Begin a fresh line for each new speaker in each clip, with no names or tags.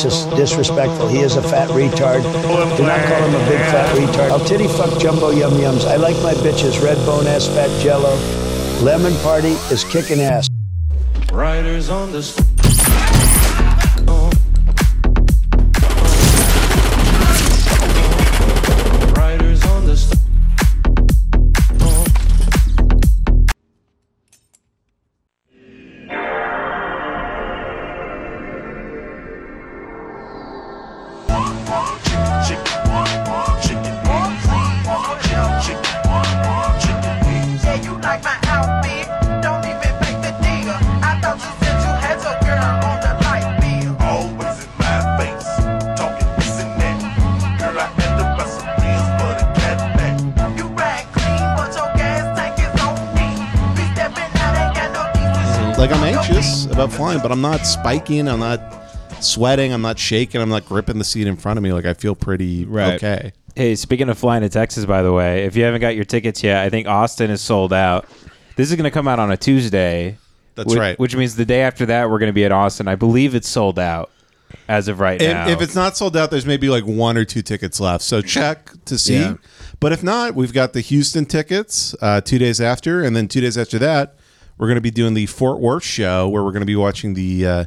just disrespectful. He is a fat retard. Do not call him a big fat retard. I'll titty fuck jumbo yum yums. I like my bitches red bone ass fat jello. Lemon party is kicking ass.
Riders on the s- Riders on the s-
Always in my face, talking this and that. Girl, I had to buy some pills for the cat back. You ride clean, but your gas tank is on me. Be stepping out, ain't got no decent
Like I'm anxious about flying, but I'm not spiking. I'm not sweating. I'm not shaking. I'm not gripping the seat in front of me. Like I feel pretty
Right.
okay.
Hey, speaking of flying to Texas, by the way, if you haven't got your tickets yet, I think Austin is sold out. This is going to come out on a Tuesday.
That's
which,
right.
Which means the day after that, we're going to be at Austin. I believe it's sold out as of right now.
If, if it's not sold out, there's maybe like one or two tickets left. So check to see.
Yeah.
But if not, we've got the Houston tickets uh, two days after, and then two days after that, we're going to be doing the Fort Worth show where we're going to be watching the uh,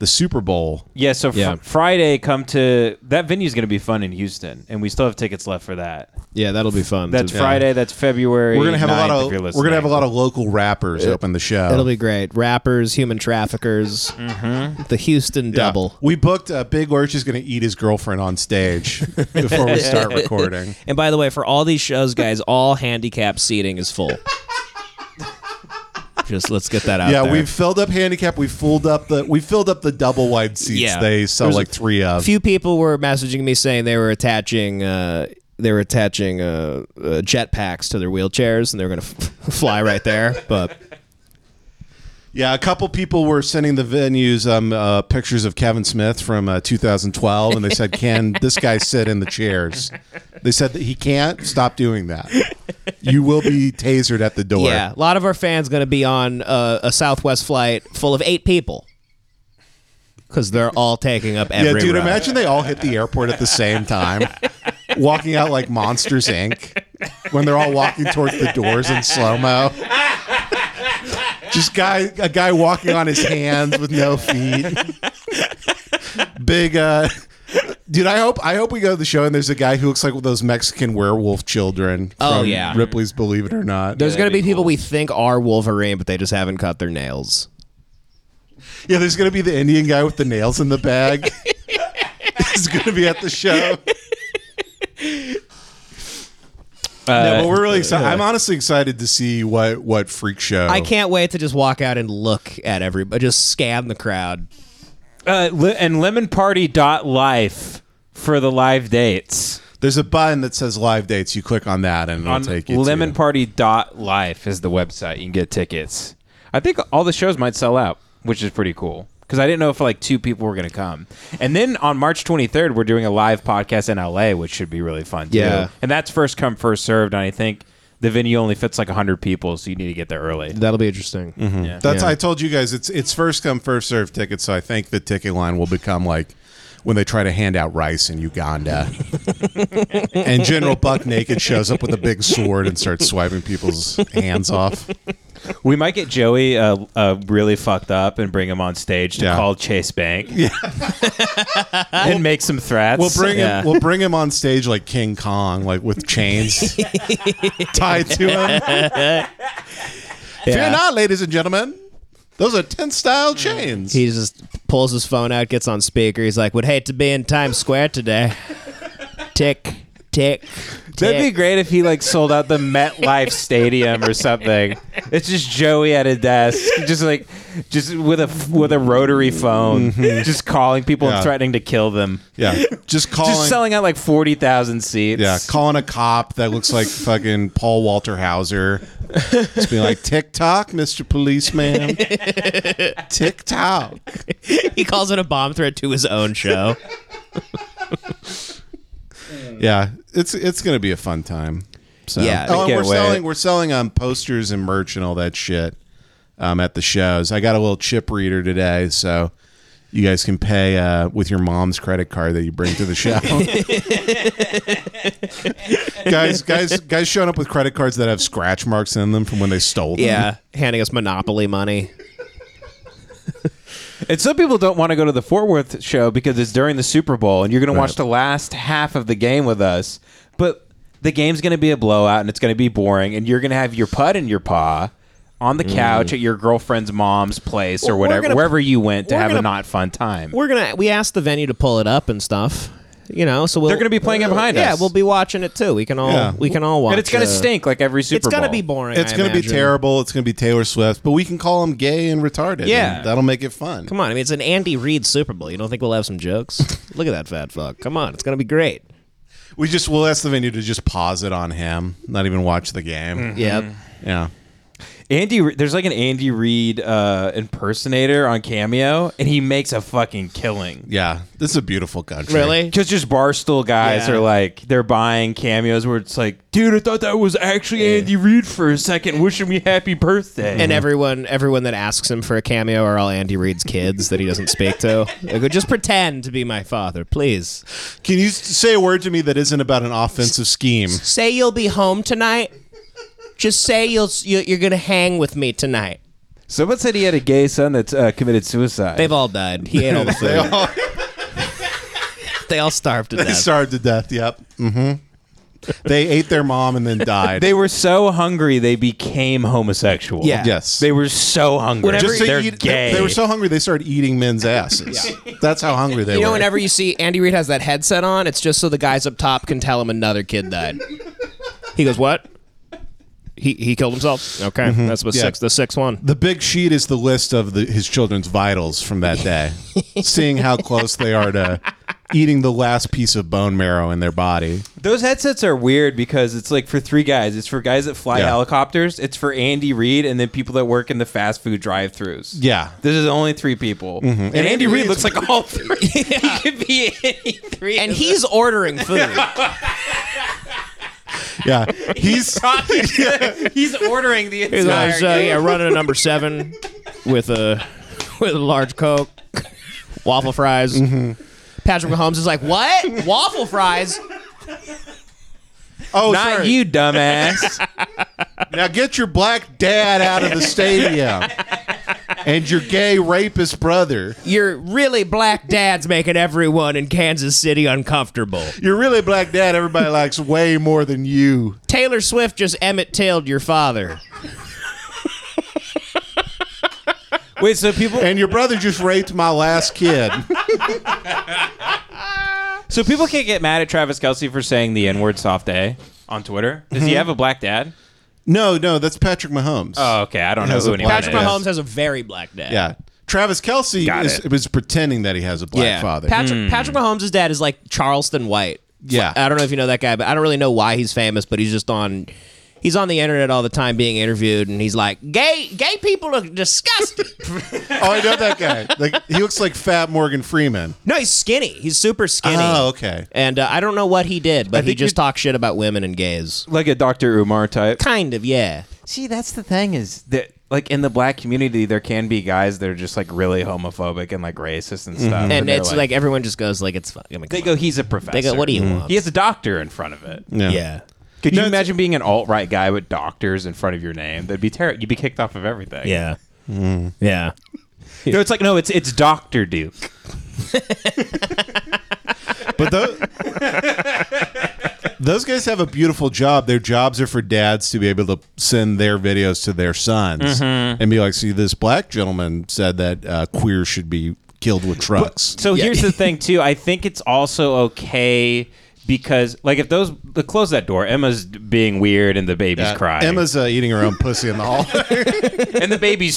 the Super Bowl.
yeah, so fr-
Yeah.
Friday, come to that venue's going to be fun in Houston, and we still have tickets left for that.
Yeah, that'll be fun.
That's
Yeah.
Friday. That's February.
We're gonna have a
9th,
lot
if you're
of we're gonna have a lot of local rappers open the show.
It'll be great. Rappers, human traffickers,
Mm-hmm.
the Houston
Yeah.
double.
We booked uh, Big Lurch is going to eat his girlfriend on stage before we start recording.
And by the way, for all these shows, guys, all handicap seating is full. Just let's get that out.
yeah,
there.
we've filled up handicap. We filled up the we filled up the double wide seats.
Yeah.
They sell like three
A
of.
few people were messaging me saying they were attaching uh, they were attaching uh, uh, jet packs to their wheelchairs and they were going to f- fly right there. But
Yeah, a couple people were sending the venues um, uh, pictures of Kevin Smith from uh, 2012, and they said, "Can this guy sit in the chairs?" They said that he can't. Stop doing that. You will be tasered at the door.
yeah, a lot of our fans going to be on uh, a Southwest flight full of eight people because they're all taking up
Yeah,
every.
dude.
row.
Imagine they all hit the airport at the same time, walking out like Monsters Inc. When they're all walking towards the doors in slow mo. Just guy, a guy walking on his hands with no feet. Big, uh, dude. I hope, I hope we go to the show and there's a guy who looks like those Mexican werewolf children.
Oh,
from
yeah.
Ripley's Believe It or Not.
There's going to be people we think are Wolverine, but they just haven't cut their nails.
yeah, there's gonna be the Indian guy with the nails in the bag. He's gonna be at the show.
Uh,
Yeah, but we're really excited. I'm honestly excited to see what what freak show.
I can't wait to just walk out and look at everybody, just scan the crowd.
uh, li- and lemonparty.life for the live dates.
There's a button that says live dates. You click on that, and it'll
on
take you. to-
lemonparty.life is the website. You can get tickets. I think all the shows might sell out, which is pretty cool. Because I didn't know if like two people were going to come. And then on March 23rd, we're doing a live podcast in LA, which should be really fun too.
Yeah.
And that's first come, first served. And I think the venue only fits like 100 people, so you need to get there early.
That'll be interesting.
That's I told you guys it's it's first come first serve tickets. So I think the ticket line will become like when they try to hand out rice in Uganda, and General Buck Naked shows up with a big sword and starts swiping people's hands off.
We might get Joey uh, uh, really fucked up and bring him on stage to
Yeah.
call Chase Bank and make some threats.
We'll bring
Yeah.
him. We'll bring him on stage like King Kong, like with chains tied to him. Fear not, ladies and gentlemen. Those are tensile chains.
He just pulls his phone out, gets on speaker. He's like, "Would hate to be in Times Square today." tick, tick.
That'd be great if he like sold out the MetLife Stadium or something. It's just Joey at a desk, just like just with a with a rotary phone, just calling people
Mm-hmm. Yeah.
and threatening to kill them.
yeah, just calling.
Just selling out like forty thousand seats.
yeah, calling a cop that looks like fucking Paul Walter Hauser. Just being like tick tock, Mister Policeman. tick tock.
he calls it a bomb threat to his own show.
Yeah, it's it's gonna be a fun time. So.
Yeah, I
oh, and
can't
we're
wait.
selling we're selling um, posters and merch and all that shit um, at the shows. I got a little chip reader today, so You guys can pay uh, with your mom's credit card that you bring to the show. guys, guys, guys, showing up with credit cards that have scratch marks in them from when they stole them.
Yeah, handing us Monopoly money.
And some people don't want to go to the Fort Worth show because it's during the Super Bowl and you're going to watch the last half of the game with us. But the game's going to be a blowout and it's going to be boring and you're going to have your putt in your paw on the couch at your girlfriend's mom's place or
Mm. Well, we're
whatever
gonna-
wherever you went to
we're
have a
gonna-
not fun time.
We're gonna we asked the venue to pull it up and stuff. You know, so we'll,
They're gonna be playing it behind
yeah,
us.
we'll be watching it too. We can all
Yeah.
we can all watch.
and it's going to
uh,
stink like every Super
It's
Bowl.
gonna be boring.
It's
I
going to be
imagine.
terrible. It's going to be Taylor Swift, but we can call him gay and retarded.
Yeah.
and that'll make it fun.
Come on, I mean it's an Andy Reid Super Bowl. You don't think we'll have some jokes? Look at that fat fuck. Come on, it's gonna be great.
We just we'll ask the venue to just pause it on him, not even watch the game.
Yep.
Yeah. Mm-hmm.
Andy, Re- there's like an Andy Reid uh, impersonator on Cameo, and he makes a fucking killing.
Yeah. This is a beautiful country.
Really?
Because just barstool guys
Yeah.
are like they're buying cameos where it's like, dude, I thought that was actually Andy Reid for a second, wishing me happy birthday.
Mm-hmm.
And everyone, everyone that asks him for a cameo are all Andy Reid's kids that he doesn't speak to. They go, just pretend to be my father, please.
Can you s- say a word to me that isn't about an offensive scheme?
Say you'll be home tonight. Just say you'll you- you're gonna hang with me tonight.
someone said he had a gay son that's uh, committed suicide.
They've all died. He ate all the
They
food.
all
they all starved to
they
death.
starved to death. Yep. hmm They ate their mom and then died.
They were so hungry they became homosexual.
Yeah.
yes.
they were so hungry.
Whenever-
Just so you
they're
eat-
gay.
They, were so hungry they started eating men's asses. That's how hungry they
you
were.
know, whenever you see Andy Reid has that headset on, it's just so the guys up top can tell him another kid died. He goes, "What? He he killed himself? Okay, that's the
Mm-hmm. Yeah.
six the sixth one.
the big sheet is the list of the, his children's vitals from that day, seeing how close they are to eating the last piece of bone marrow in their body.
Those headsets are weird because it's like for three guys. It's for guys that fly
Yeah.
helicopters. It's for Andy Reid and then people that work in the fast food drive-throughs.
Yeah.
This is only three people, Mm-hmm. and, Andy,
Andy
Reid
Reid's-
looks like all three. He could be any three.
And he's ordering food.
Yeah. He's
he's ordering the
He's
entire.
always, uh, yeah, running a number seven with a with a large coke, waffle fries.
Mm-hmm.
Patrick Mahomes is like, what? Waffle fries?
Oh,
Not
sorry.
you, dumbass.
Now get your black dad out of the stadium and your gay rapist brother.
Your really black dad's making everyone in Kansas City uncomfortable.
Your really black dad, everybody likes way more than you.
Taylor Swift just Emmett Tilled your father.
Wait, so people,
And your brother just raped my last kid.
so people can't get mad at Travis Kelsey for saying the N-word soft A on Twitter. Does
Mm-hmm.
he have a black dad?
No, no, that's Patrick Mahomes.
Oh, okay. I don't know
has
who
a
anyone
black
Patrick
is.
Mahomes has a very black dad.
Yeah. Travis Kelsey
Got
is,
it.
was pretending that he has a black father.
Patrick
Hmm.
Patrick Mahomes' dad is like Charleston White.
Yeah.
I don't know if you know that guy, but I don't really know why he's famous, but he's just on he's on the internet all the time being interviewed and he's like, Gay gay people are disgusting.
oh, I know that guy. Like he looks like Fat Morgan Freeman.
no, he's skinny. He's super skinny.
Oh, okay.
And uh, I don't know what he did, but he
think
just
you-
talked shit about women and gays.
Like a Dr. Umar type.
Kind of, yeah.
See, that's the thing is that like in the black community, there can be guys that are just like really homophobic and like racist and stuff.
Mm-hmm. And
they're
it's like, everyone just goes like it's fucking
they go, he's a professor.
They go, "What do you want?"
He has a doctor in front of it.
Yeah.
Yeah.
Could
No, it's-
you imagine being an alt right guy with doctors in front of your name? That'd be terrible. You'd be kicked off of everything.
Yeah.
Mm-hmm.
Yeah.
No, it's like no, it's it's Doctor Duke.
But those, those guys have a beautiful job. Their jobs are for dads to be able to send their videos to their sons and be like, see, this black gentleman said that uh, queers should be killed with trucks.
So here's the thing, too. I think it's also okay because, like, if those the close that door, Emma's being weird and the baby's
Uh,
crying.
Emma's uh, eating her own pussy in the hall.
and the baby's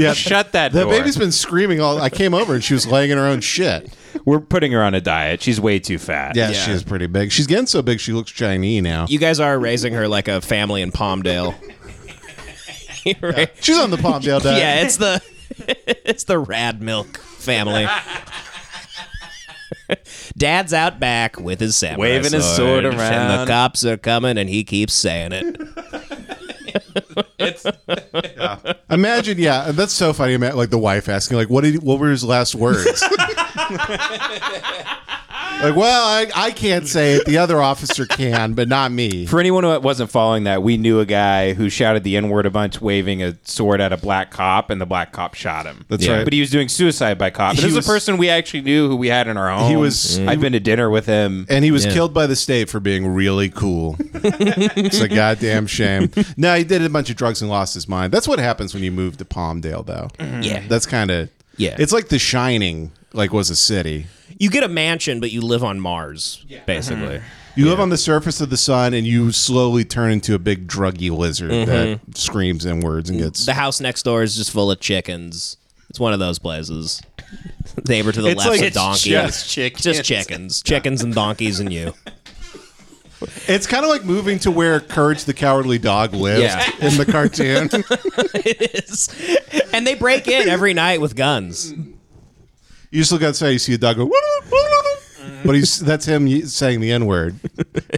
Yeah.
Shut that
the
door.
baby's been screaming all. I came over and she was laying in her own shit.
We're putting her on a diet. She's way too fat.
Yeah, she is pretty big. She's getting so big she looks Chinese now.
You guys are raising her like a family in Palmdale.
She's on the Palmdale diet.
Yeah, it's the it's the Rad Milk family. Dad's out back with his samurai
Waving his sword
and the
around.
cops are coming, and he keeps saying it.
Imagine, yeah, that's so funny. ima- Like the wife asking, like, "What did? What were his last words?" like, well, I, I can't say it. The other officer can, but not me.
For anyone who wasn't following that, we knew a guy who shouted the N word a bunch, waving a sword at a black cop, and the black cop shot him.
That's Yeah. right.
But he was doing suicide by cop. But
He
this
was-
is a person we actually knew who we had in our home.
was-
I've been to dinner with him.
And he was killed by the state for being really cool. it's a goddamn shame. No, he did a bunch of drugs and lost his mind. That's what happens when you move to Palmdale, though.
Yeah.
That's kind of
Yeah.
It's like The Shining, like was a city.
You get a mansion, but you live on Mars,
Uh-huh.
basically.
You live on the surface of the sun, and you slowly turn into a big druggy lizard that screams in words and gets
The house next door is just full of chickens. It's one of those places. Neighbor to the
It's
left's
like-
a
it's
donkey.
just chickens.
Just chickens. Chickens and donkeys and you.
It's kind of like moving to where Courage the Cowardly Dog lives
Yeah.
in the cartoon.
and they break in every night with guns.
you just look outside, you see a dog go, "Woof, woof, woof." but he's that's him saying the N word.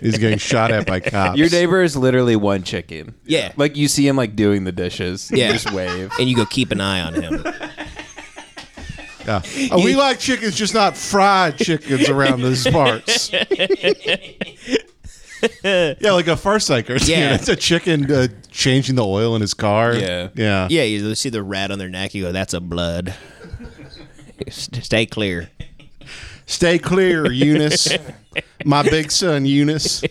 He's getting shot at by cops.
Your neighbor is literally one chicken.
Yeah.
Like you see him like doing the dishes. You
Yeah.
Just wave.
And you go keep an eye on him.
Yeah. Oh, we like chickens, just not fried chickens around these parts. yeah, like a Farsiker.
Yeah.
it's a chicken uh, changing the oil in his car.
Yeah.
yeah,
Yeah, you see the red on their neck. You go, that's a blood. Stay clear.
Stay clear, Eunice. My big son, Eunice.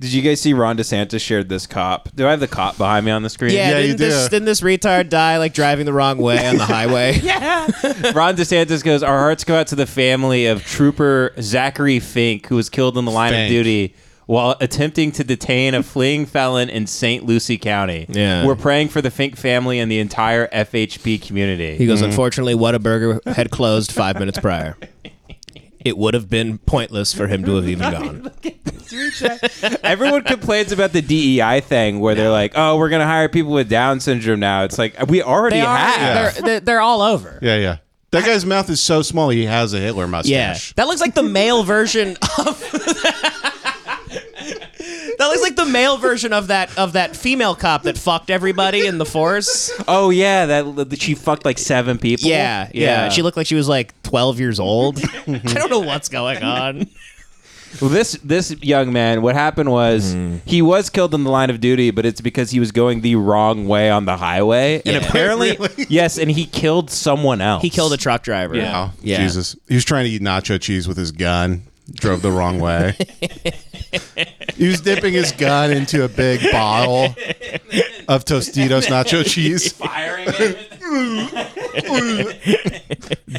Did you guys see Ron DeSantis shared this cop? Do I have the cop behind me on the screen?
Yeah,
Yeah, you
didn't, this,
do.
didn't this retard die like driving the wrong way on the highway?
Ron DeSantis goes, Our hearts go out to the family of Trooper Zachary Fink, who was killed in the line
Fink.
of duty while attempting to detain a fleeing felon in St. Lucie County.
Yeah.
We're praying for the Fink family and the entire FHP
He
community.
goes, Unfortunately, Whataburger had closed five minutes prior. It would have been pointless for him to have even gone.
Everyone complains about the DEI thing where they're like, oh, we're going to hire people with Down syndrome now. It's like, we already have.
they're, they're all over.
Yeah, yeah. That guy's mouth is so small; he has a Hitler
Yeah,
mustache.
that looks like the male version of. that looks like the male version of that of that female cop that fucked everybody in the force.
Oh, yeah. that, that She fucked like seven people.
Yeah, yeah, She looked like she was like twelve years old. I don't know what's going on.
Well, this this young man, what happened was
Mm-hmm.
he was killed in the line of duty, but it's because he was going the wrong way on the highway,
Yeah.
and apparently, yes, and he killed someone else.
He killed a truck driver.
Wow. Jesus. He was trying to eat nacho cheese with his gun. Drove the wrong way. he was dipping his gun into a big bottle of Tostitos nacho cheese,
firing. Him.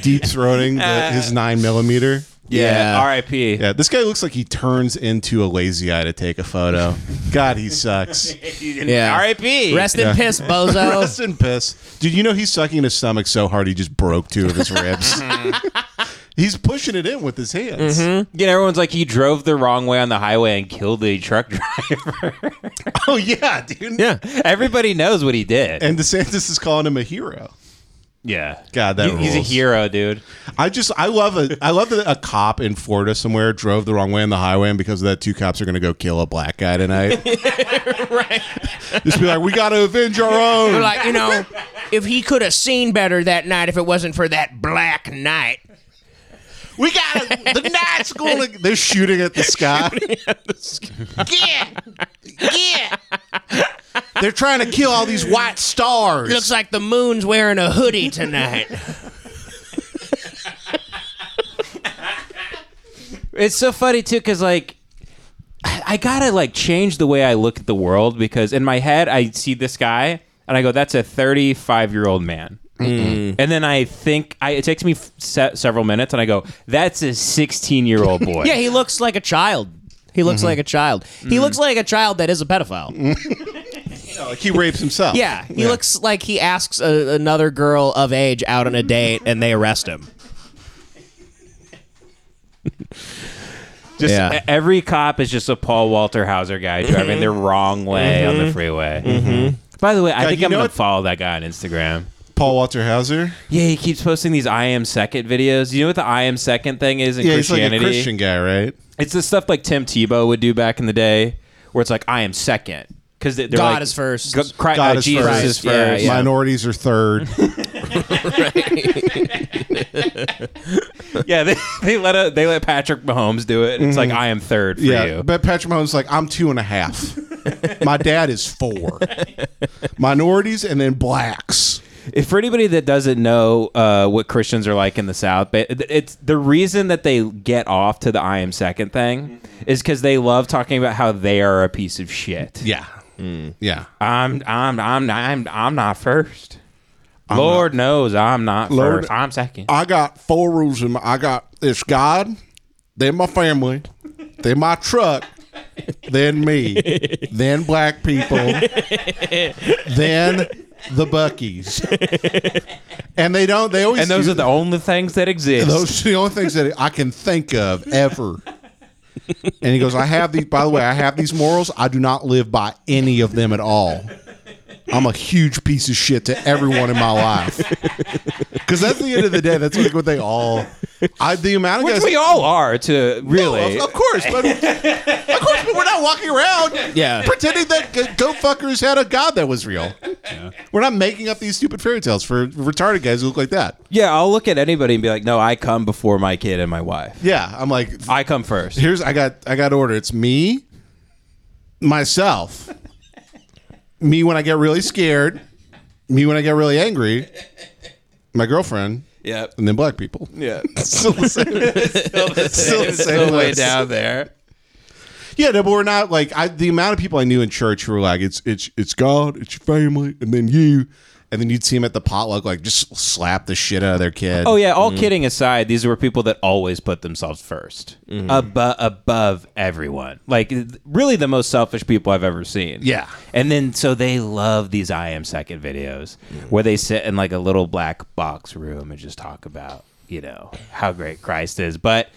deep throating the, his nine millimeter.
yeah,
Yeah.
R.I.P.
Yeah, this guy looks like he turns into a lazy eye to take a photo. God, he sucks.
Yeah.
R.I.P.
Rest in piss, bozo.
Rest in piss. Dude, you know he's sucking his stomach so hard he just broke two of his ribs.
Mm-hmm.
he's pushing it in with his hands.
You know, everyone's like he drove the wrong way on the highway and killed the truck driver.
Oh, yeah, dude.
yeah, everybody knows what he did.
And DeSantis is calling him a hero.
yeah,
God, that
He- he's a
rules.
hero, dude.
I just I love a I love that a cop in Florida somewhere drove the wrong way on the highway, and because of that, two cops are gonna go kill a black guy tonight. right? Just be like, we gotta avenge our own.
like you know, if he could have seen better that night, if it wasn't for that black night.
we gotta the night's gonna. They're shooting at the sky.
Yeah,
They're trying to kill all these white stars.
looks like the moon's wearing a hoodie tonight.
It's so funny too, because like I I gotta like change the way I look at the world because in my head I see this guy and I go, "That's a 35 year old man,"
Mm.
and then I think I, it takes me f- se- several minutes and I go, "That's a 16 year old boy."
Yeah, he looks like a child. He looks like a child. He looks like a child that is a pedophile.
like he rapes himself.
Mm. Yeah, he looks like he asks a, another girl of age out on a date and they arrest him.
just
Yeah.
e- every cop is just a Paul Walter Hauser guy
Mm-hmm.
driving the wrong way on the freeway. Mm-hmm. By the way, I think
you
I'm
know
gonna
what-
follow that guy on Instagram.
Paul Walter Hauser.
Yeah, he keeps posting these I am second videos. You know what the I am second thing is in
Yeah, he's like
Christianity?
a Christian guy, right?
It's the stuff like Tim Tebow would do back in the day, where it's like, I am second. because they're
God
like,
is first.
G- cri-
God
uh,
is
Jesus
first.
is
Yeah,
first.
yeah.
Minorities are third.
Yeah, they, they let a, they let Patrick Mahomes do it. It's like I am third for
Mm-hmm. yeah,
you.
but Patrick Mahomes is like I'm two and a half. My dad is four. Minorities and then blacks.
If for anybody that doesn't know uh, what Christians are like in the South, but it- it's the reason that they get off to the I am second thing is because they love talking about how they are a piece of shit.
Yeah,
Hmm.
yeah.
I'm I'm I'm I'm I'm not first. Lord knows I'm not
Lord-
first. I'm second.
I got four rules in my. I got it's God, then my family, then my truck, then me, then black people, then the Buckies, and they don't. They always
and those
do-
are the only things that exist.
those are the only things that I can think of ever. And he goes, I have these. By the way, I have these morals. I do not live by any of them at all. I'm a huge piece of shit to everyone in my life. Because that's the end of the day. That's like what they all. I the amount of
which
guys.
we all are to really.
Of, of course, but of course, but we're not walking around
Yeah.
pretending that g- go fuckers had a god that was real. We're not making up these stupid fairy tales for retarded guys who look like that.
yeah, I'll look at anybody and be like, no, I come before my kid and my wife.
Yeah, I'm like,
I come first.
here's I got I got order. It's me, myself, me when I get really scared, me when I get really angry, my girlfriend,
Yep.
and then black people.
Yeah.
Still the same.
Still the
Still the same
way
list.
down there.
Yeah, no, but we're not like I, the amount of people I knew in church who were like, it's it's it's God, it's your family, and then you, and then you'd see them at the potluck like just slap the shit out of their kid.
Oh yeah, all kidding aside, these were people that always put themselves 1st Abo- above everyone. Like th- really the most selfish people I've ever seen.
Yeah.
And then so they love these I am second videos where they sit in like a little black box room and just talk about, you know, how great Christ is. But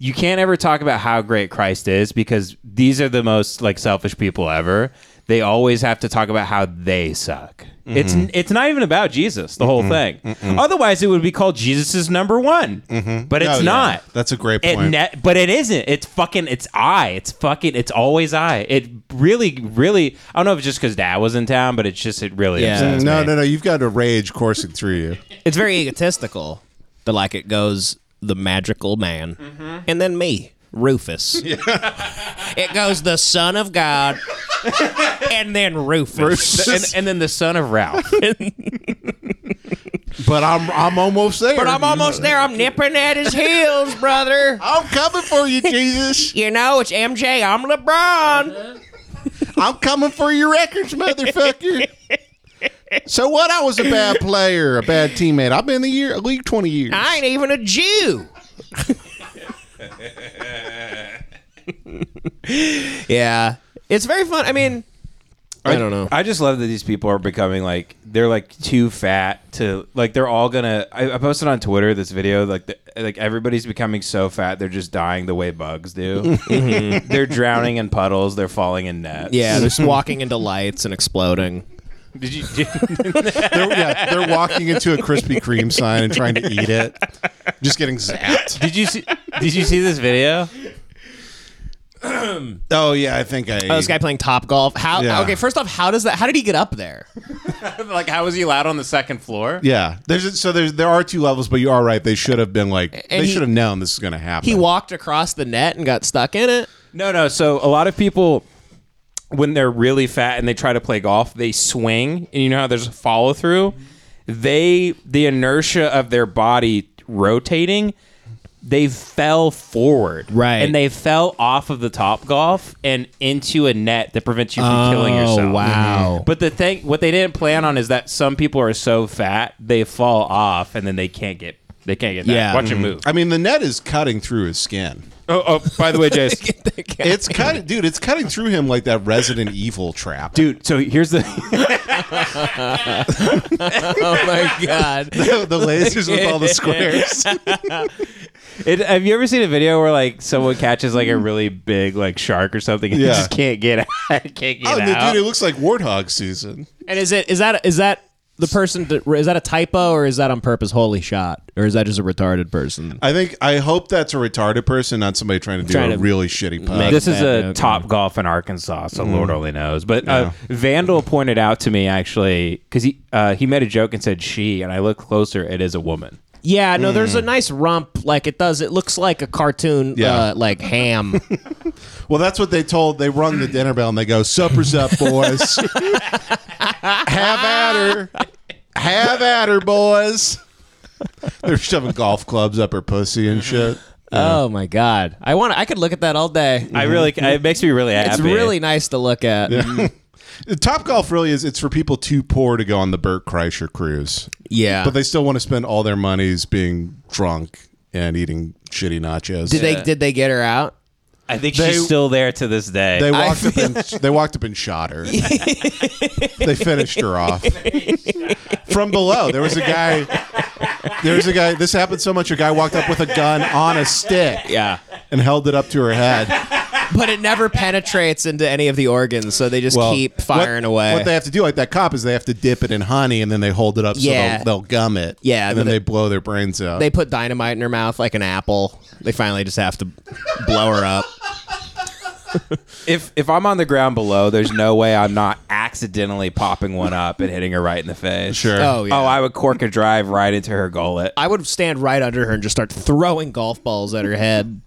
you can't ever talk about how great Christ is because these are the most like selfish people ever. They always have to talk about how they suck. It's
Mm-hmm.
it's not even about Jesus, the whole thing. Otherwise, it would be called Jesus's number one, but
No,
it's
Mm-hmm. Oh, yeah.
not.
That's a great
It
point.
ne- but it isn't. It's fucking. It's I. It's fucking. It's always I. It really, really. I don't know if it's just because Dad was in town, but it's just it really.
Yeah.
upsets
no,
me.
no, no! You've got a rage coursing through you.
It's very egotistical, but like it goes the magical man,
Mm-hmm.
and then me, Rufus. it goes the son of God, and then Rufus.
And, and then the son of Ralph.
But I'm I'm almost there.
But I'm almost there. I'm nipping at his heels, brother.
I'm coming for you, Jesus.
You know, it's MJ. I'm LeBron.
I'm coming for your records, motherfucker. So what? I was a bad player, a bad teammate. I've been in the year league twenty years.
I ain't even a Jew. yeah. It's very fun. I mean, I don't know.
I just love that these people are becoming like they're like too fat to like they're all gonna. I, I posted on Twitter this video like the, like everybody's becoming so fat they're just dying the way bugs do. Mm-hmm. they're drowning in puddles. They're falling in nets.
Yeah, just walking into lights and exploding.
Did you? Did,
They're, yeah, they're walking into a Krispy Kreme sign and trying to eat it, just getting zapped.
did you see? Did you see this video?
Oh yeah, I think I.
Oh, this guy playing top golf. How?
Yeah.
Okay, first off, how does that? How did he get up there?
like, how was he allowed on the second floor?
Yeah, there's so there's there are two levels, but you are right. They should have been like
And
they
he-
should have known this is going to happen.
He walked across the net and got stuck in it.
No, no. So a lot of people, when they're really fat and they try to play golf, they swing, and you know how there's a follow through. They the inertia of their body rotating, they fell forward,
Right.
and they fell off of the top golf and into a net that prevents you from killing yourself.
Oh, wow.
But the thing, what they didn't plan on is that some people are so fat they fall off and then they can't get they can't get that.
Yeah. Mm-hmm.
Watch it move.
Mm-hmm. I mean, the net is cutting through his skin.
Oh, oh, by the way, Jace,
It's cutting, dude. It's cutting through him like that Resident Evil trap,
dude. So here's the
Oh my god!
the lasers with all the squares.
It, have you ever seen a video where like someone catches like a really big like shark or something and
Yeah.
just can't get out? Can't get
Oh, and
out.
dude, it looks like warthog season.
And is it is that is that the person that is that a typo or is that on purpose? Holy shot, or is that just a retarded person?
I think I hope that's a retarded person, not somebody trying to do
Trying
a
to
really shitty pun.
make-
This is
Bad,
a
okay.
top golf in Arkansas, so
Mm.
Lord only knows. But uh, Vandal pointed out to me actually because he uh, he made a joke and said she, and I looked closer. It is a woman.
Yeah, no, there's a nice rump. Like it does. It looks like a cartoon.
Yeah.
Uh, like ham.
Well, that's what they told. They rung the dinner bell and they go, "Supper's up, boys. Have at her. Have at her, boys." They're shoving golf clubs up her pussy and shit.
Oh my god, I want. I could look at that all day.
I really
Mm-hmm.
it makes me really happy.
It's really nice to look at. Yeah,
Top golf really is. It's for people too poor to go on the Burt Kreischer cruise, but they still want to spend all their monies being drunk and eating shitty nachos.
did they did they get her out?
I think
They-
she's still there to this day.
They walked up and they walked up and shot her. they finished her off from below. There was a guy. There was a guy. This happened so much. A guy walked up with a gun on a stick.
Yeah.
and held it up to her head.
But it never penetrates into any of the organs, so they just keep
what-
firing away.
What they have to do, like that cop, is they have to dip it in honey and then they hold it up
Yeah.
so they'll, they'll gum it.
Yeah,
and then
but
they,
it-
blow their brains out.
They put dynamite in her mouth like an apple. They finally just have to blow her up.
if if I'm on the ground below, there's no way I'm not accidentally popping one up and hitting her right in the face.
sure.
Oh yeah.
Oh, I would cork a drive right into her gullet.
I would stand right under her and just start throwing golf balls at her head.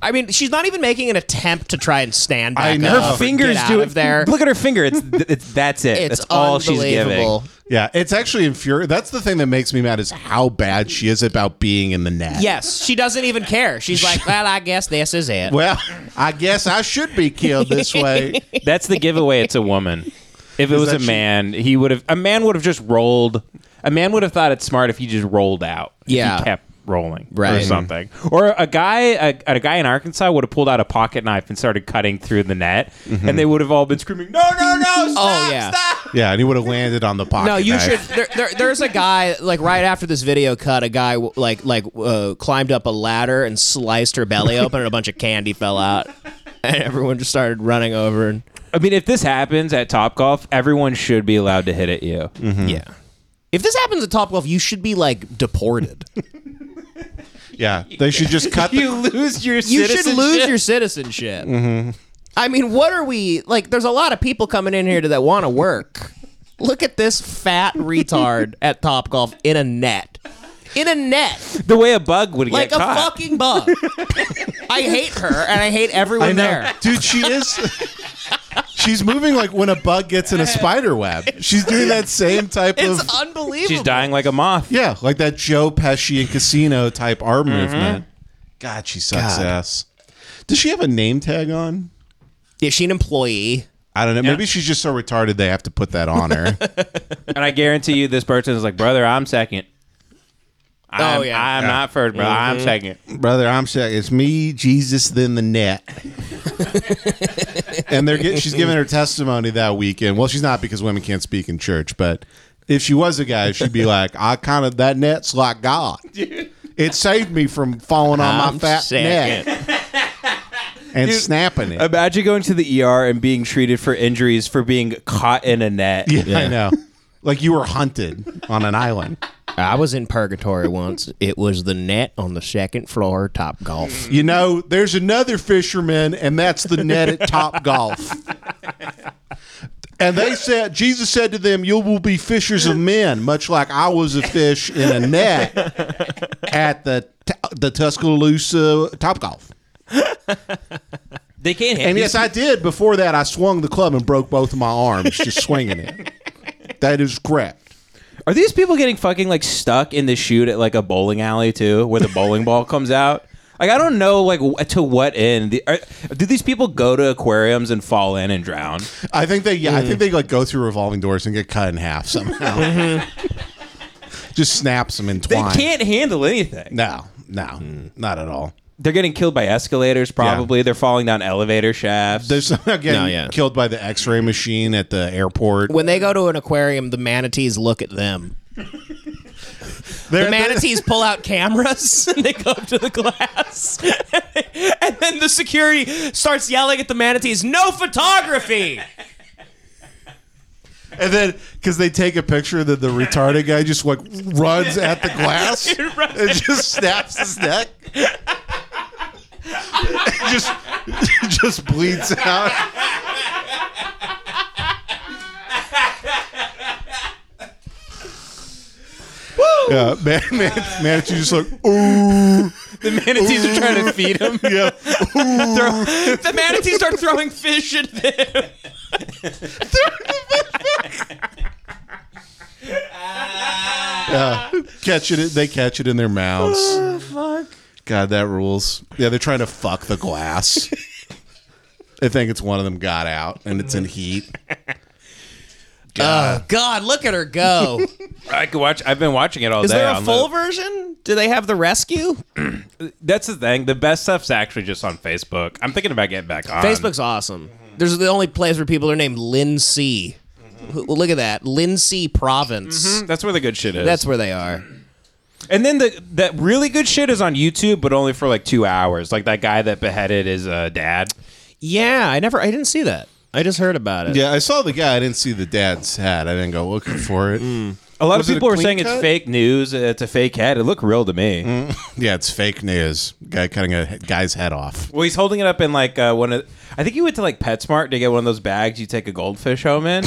I mean, she's not even making an attempt to try and stand back
I know.
up.
Her
or Uh, get out of there.
Look at her finger. It's it's that's it.
it's
that's all she's
unbelievable.
giving.
yeah, it's actually infuriating. That's the thing that makes me mad is how bad she is about being in the net.
Yes, she doesn't even care. She's like, "Well, I guess this is it."
Well, I guess I should be killed this way.
That's the giveaway. It's a woman. If it was a
that she-
man, he would have. A man would have just rolled. A man would have thought it's smart if he just rolled out. if
Yeah.
he kept rolling or
Right.
something. Or a guy, a, a guy in Arkansas would have pulled out a pocket knife and started cutting through the net, and they would have all been screaming, "No, no, no!" Stop,
Mm-hmm. oh yeah.
yeah, and he would have landed on the pocket.
No, you
knife.
should. There, there, there's a guy like right after this video cut, a guy like like uh, climbed up a ladder and sliced her belly open, and a bunch of candy fell out, and everyone just started running over. And
I mean, if this happens at Top Golf, everyone should be allowed to hit at you.
yeah, if this happens at Top Golf, you should be like deported.
Yeah, they should just cut. The,
You lose your.
you should lose your citizenship. I mean, what are we like? There's a lot of people coming in here that want to work. Look at this fat retard at Top Golf in a net, in a net.
the way a bug would
like
get
a
caught.
fucking bug. I hate her and I hate everyone
I know,
there.
dude. She is. She's moving like when a bug gets in a spider web. She's doing that same type of.
It's unbelievable.
She's dying like a moth.
Yeah, like that Joe Pesci and Casino type arm
Mm-hmm.
movement. God, she sucks ass. Does she have a name tag on?
Is she an employee?
I don't know. Maybe she's just so retarded they have to put that on her.
And I guarantee you, this person is like, brother, I'm second. I'm,
Oh, yeah.
I'm not first, brother. I'm second.
Brother, I'm saying it's me, Jesus, then the net. and they're get, she's giving her testimony that weekend. Well, she's not because women can't speak in church, but if she was a guy, she'd be like, I kind of that net's like God. It saved me from falling on my
I'm
fat
second.
neck and snapping it.
Imagine going to the ER and being treated for injuries for being caught in a net.
Yeah, I know. Like you were hunted on an island.
I was in purgatory once. It was the net on the second floor, Top Golf.
You know, there's another fisherman, and that's the net at Top Golf. And they said, Jesus said to them, You will be fishers of men, much like I was a fish in a net at the the Tuscaloosa Top Golf.
They can't
And yes, I did. Before that, I swung the club and broke both of my arms just swinging it. That is correct.
Are these people getting fucking like stuck in the chute at like a bowling alley too, where the bowling ball comes out? Like I don't know, like wh- to what end? The- are, do these people go to aquariums and fall in and drown?
I think they yeah, I think they like go through revolving doors and get cut in half somehow. Just snaps them in
They
twine.
can't handle anything.
No, no, not at all.
They're getting killed by escalators. Probably they're falling down elevator shafts.
There's somehow getting
No, yeah.
killed by the X-ray machine at the airport.
When they go to an aquarium, the manatees look at them. The
They're-
manatees pull out cameras and they go up to the glass. and then the security starts yelling at the manatees, No photography!
And then, because they take a picture, that the retarded guy just like runs at the glass and just snaps his neck, just just bleeds out. Yeah, man, man, man, you just like, ooh,
The manatees are trying to feed him.
yeah,
the manatees start throwing fish at them.
yeah. Catching it, they catch it in their mouths. God, that rules. Yeah, they're trying to fuck the glass. I think it's one of them got out and it's in heat.
God, look at her go.
I could watch. I've been watching it all
Is
day.
there a
on
full
the-
version? Do they have the rescue?
That's the thing. The best stuff's actually just on Facebook. I'm thinking about getting back on
Facebook's awesome. There's the only place where people are named Lindsay. Well, look at that, Lindsay Province.
Mm, That's where the good shit is.
That's where they are.
and then the that really good shit is on YouTube, but only for like two hours. Like that guy that beheaded his uh, dad.
Yeah, I never, I didn't see that. I just heard about it.
Yeah, I saw the guy. I didn't see the dad's hat. I didn't go looking for it.
A lot
Was it
of
a
people were
clean
saying
cut?
it's fake news. uh, It's a fake head. It looked real to me.
Yeah, it's fake news. Guy cutting a he- guy's head off.
Well, he's holding it up in like uh, one of. I think he went to like PetSmart to get one of those bags you take a goldfish home in.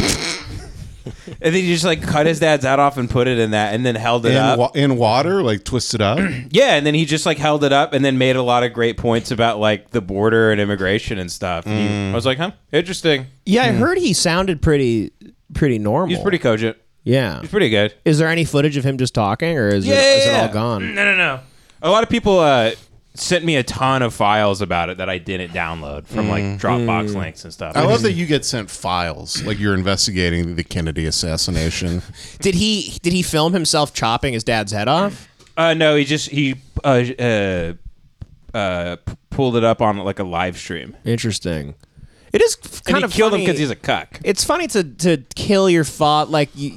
and then he just like cut his dad's hat off and put it in that, and then held it
In,
up.
wa- in water, like twisted up.
Yeah, and then he just like held it up and then made a lot of great points about like the border and immigration and stuff. And he- I was like, huh, interesting.
Yeah, I heard he sounded pretty, pretty normal.
Hmm. He's pretty cogent.
Yeah.
He's pretty good.
Is there any footage of him just talking, or is, it, is it all gone?
No, no, no. A lot of people uh, sent me a ton of files about it that I didn't download from like Dropbox links and stuff.
I love that you get sent files like you're investigating the Kennedy assassination.
Did he did he film himself chopping his dad's head off?
Uh, no, he just he uh, uh, uh, p- pulled it up on like a live stream.
Interesting. It is f- kind
and
of
he killed him
funny.
because he's a cuck.
it's funny to to kill your thought like you,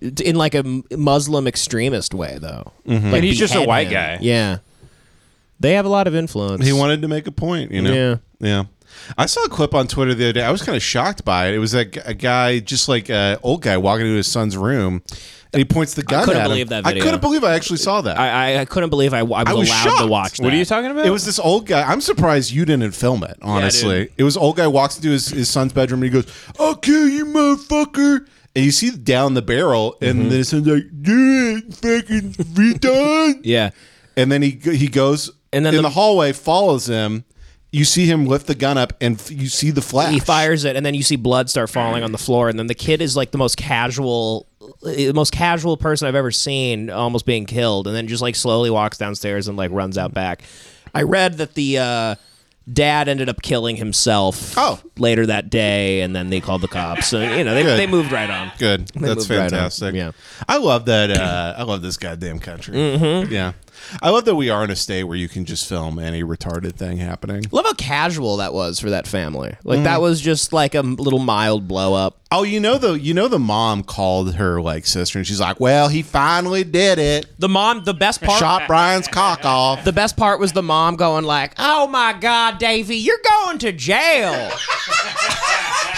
you're in like a m- Muslim extremist way though. Like,
And he's just a
behead
white
him.
guy.
Yeah, they have a lot of influence.
He wanted to make a point, you know.
Yeah.
yeah. I saw a clip on Twitter the other day. I was kind of shocked by it. It was a, g- a guy, just like an old guy, walking into his son's room, and he points the gun.
couldn't
at him.
believe that
I
video.
couldn't believe I actually saw that.
I, I I couldn't believe I, w- I was,
I was
allowed to
shocked.
watch. That.
What are you talking about?
It was this old guy. I'm surprised you didn't film it, honestly. it was old guy walks into his, his son's bedroom and he goes, I'll kill you, motherfucker. And you see down the barrel, and
Mm-hmm.
then his son's like, Yeah, fucking retard.
Yeah,
And then he go- he goes
And then
in the,
the-
hallway, follows him. You see him lift the gun up, and f- you see the flash.
he fires it, and then you see blood start falling on the floor, and then the kid is like the most casual, the most casual person I've ever seen, almost being killed, and then just like slowly walks downstairs and like runs out back. I read that the uh, dad ended up killing himself.
Oh.
later that day, and then they called the cops. So you know they,
Good.
they moved right on.
Good. That's
moved right on.
fantastic.
Yeah.
I love that. Uh, I love this goddamn country.
Mm-hmm.
Yeah. I love that we are in a state where you can just film any retarded thing happening.
Love how casual that was for that family. Like
Mm.
that was just like a m- little mild blow up.
Oh, you know the you know the mom called her like sister, and she's like, "Well, he finally did it.
The mom, the best part.
Shot Brian's cock off."
The best part was the mom going like, "Oh my God, Davy, you're going to jail."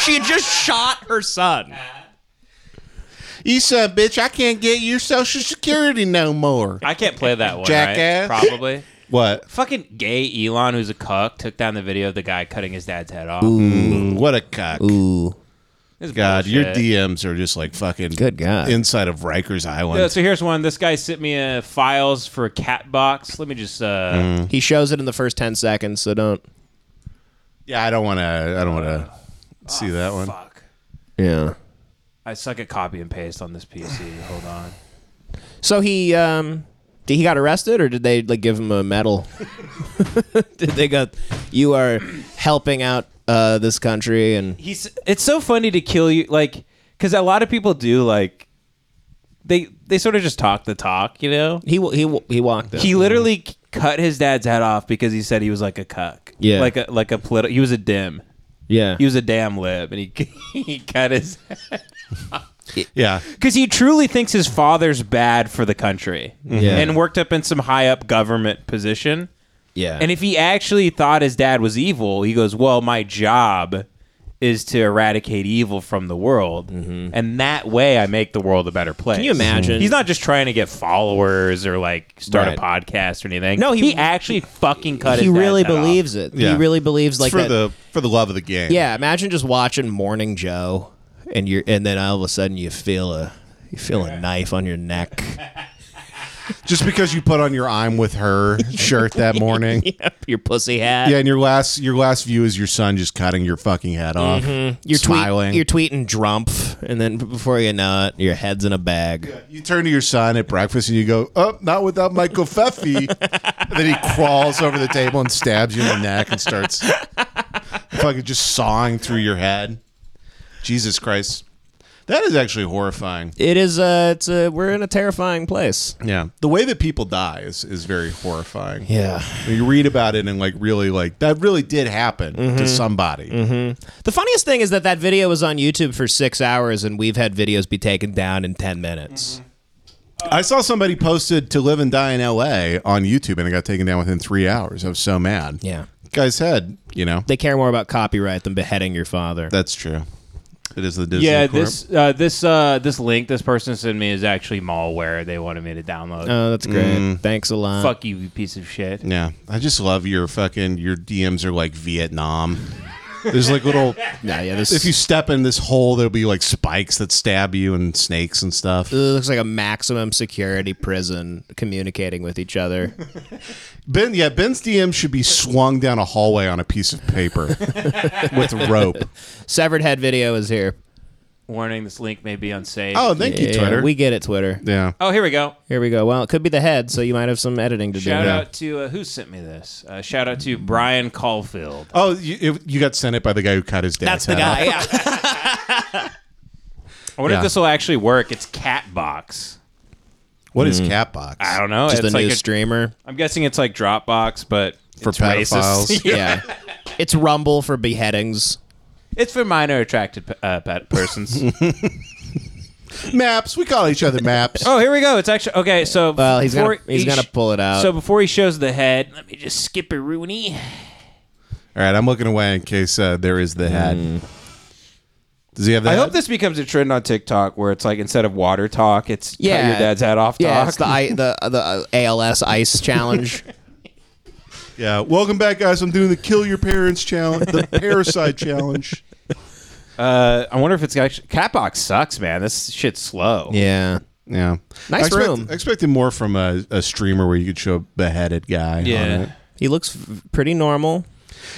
she had just shot her son.
you said, "Bitch, I can't get your social security no more."
I can't play that one.
Jackass.
Right? Probably.
What?
Fucking gay Elon, who's a cuck, took down the video of the guy cutting his dad's head off.
What a cock!
Ooh,
This is
God, your
bullshit.
DMs are just like fucking
Good God.
inside of Rikers Island.
Yeah, so here's one. This guy sent me uh, files for a cat box. Let me just. Uh,
he shows it in the first ten seconds, so don't.
yeah, I don't want to. I don't want to see
Ah,
that one.
Fuck.
Yeah.
I suck at copy and paste on this PC. Hold on.
So he um, did he got arrested, or did they like give him a medal? did they go? You are helping out uh, this country, and
He's. It's so funny to kill you, like, because a lot of people do like. They they sort of just talk the talk, you know.
he wa- he wa- he walked. It.
He literally c- cut his dad's head off because he said he was like a cuck.
Yeah.
Like a like a political. He was a dim.
yeah.
He was a damn lib, and he he cut his.
Yeah,
because he truly thinks his father's bad for the country
Mm-hmm. Yeah.
and worked up in some high up government position.
yeah.
And if he actually thought his dad was evil, he goes, "Well, my job is to eradicate evil from the world, and that way I make the world a better place. Can
Mm-hmm. you imagine?
He's not just trying to get followers or like start a
Right.
podcast or anything.
No, he-
he actually fucking cut.
he
his dad's
really
head off.
believes it.
Yeah.
He really believes like
for
that.
the for the love of the game.
yeah, imagine just watching Morning Joe, and you're, and then all of a sudden you feel a, you feel a knife on your neck.
Just because you put on your I'm with her shirt that morning. yeah.
yep, your pussy hat.
and your last your last view is your son just cutting your fucking head off.
You're tweet-
smiling.
you're tweeting Trump, and then before you know it, your head's in a bag.
you turn to your son at breakfast and you go, "Oh, not without Michael Feffy." And then he crawls over the table and stabs you in the neck and starts fucking just sawing through your head. Jesus Christ, that is actually horrifying.
It is. Uh, it's a. We're in a terrifying place.
Yeah, the way that people die is is very horrifying.
Yeah.
When you read about it and like really like that really did happen to somebody.
The funniest thing is that that video was on YouTube for six hours, and we've had videos be taken down in ten minutes.
I saw somebody posted "To Live and Die in L.A." on YouTube, and it got taken down within three hours. I was so mad.
Yeah.
guy's head. You know,
They care more about copyright than beheading your father.
that's true. It is the Disney.
Yeah,
Corp.
this uh, this uh, this link this person sent me is actually malware. They wanted me to download.
Oh, that's great. Thanks a lot.
Fuck you, you piece of shit.
Yeah, I just love your fucking your DMs are like Vietnam. There's like little.
Yeah, yeah. This
If you step in this hole, there'll be like spikes that stab you and snakes and stuff.
It looks like a maximum security prison communicating with each other.
Ben, yeah, Ben's DM should be swung down a hallway on a piece of paper with rope.
Severed head video is here.
Warning: This link may be unsafe.
Oh, thank you,
Yeah,
Twitter.
we get it, Twitter.
yeah.
oh, here we go.
Here we go. Well, it could be the head, so you might have some editing to
Shout
do.
out to uh, who sent me this. Uh, shout out to Brian Caulfield.
Oh, you, if- you got sent it by the guy who cut his dad.
That's the guy. Yeah.
I wonder
Yeah.
if this will actually work. It's Catbox.
What is
Hmm.
Catbox?
I don't know.
Just
it's
the
like
new
a-
streamer.
I'm guessing it's like Dropbox, but
For
it's racist.
pedophiles.
Yeah. it's Rumble for beheadings.
It's for minor attracted pe- uh, pet persons.
Maps. We call each other maps.
oh, here we go. It's actually okay. So
Well, he's
before
gonna he's
he
gonna
sh-
pull it out.
So before he shows the head, let me just skip a Rooney.
All right, I'm looking away in case uh, there is
Hmm.
the head. Does he have the
I
head?
hope this becomes a trend on TikTok where it's like instead of water talk, it's yeah.
Yeah.
your dad's head off
yeah,
talk.
it's the I, the the uh, ALS ice challenge.
Yeah. Welcome back, guys. I'm doing the kill your parents challenge, the parasite challenge.
uh, I wonder if it's actually Catbox sucks, man. This shit's slow.
yeah.
Yeah.
Nice
I expect-
room.
I expected more from a, a streamer where you could show a beheaded guy. on it.
He looks f- pretty normal.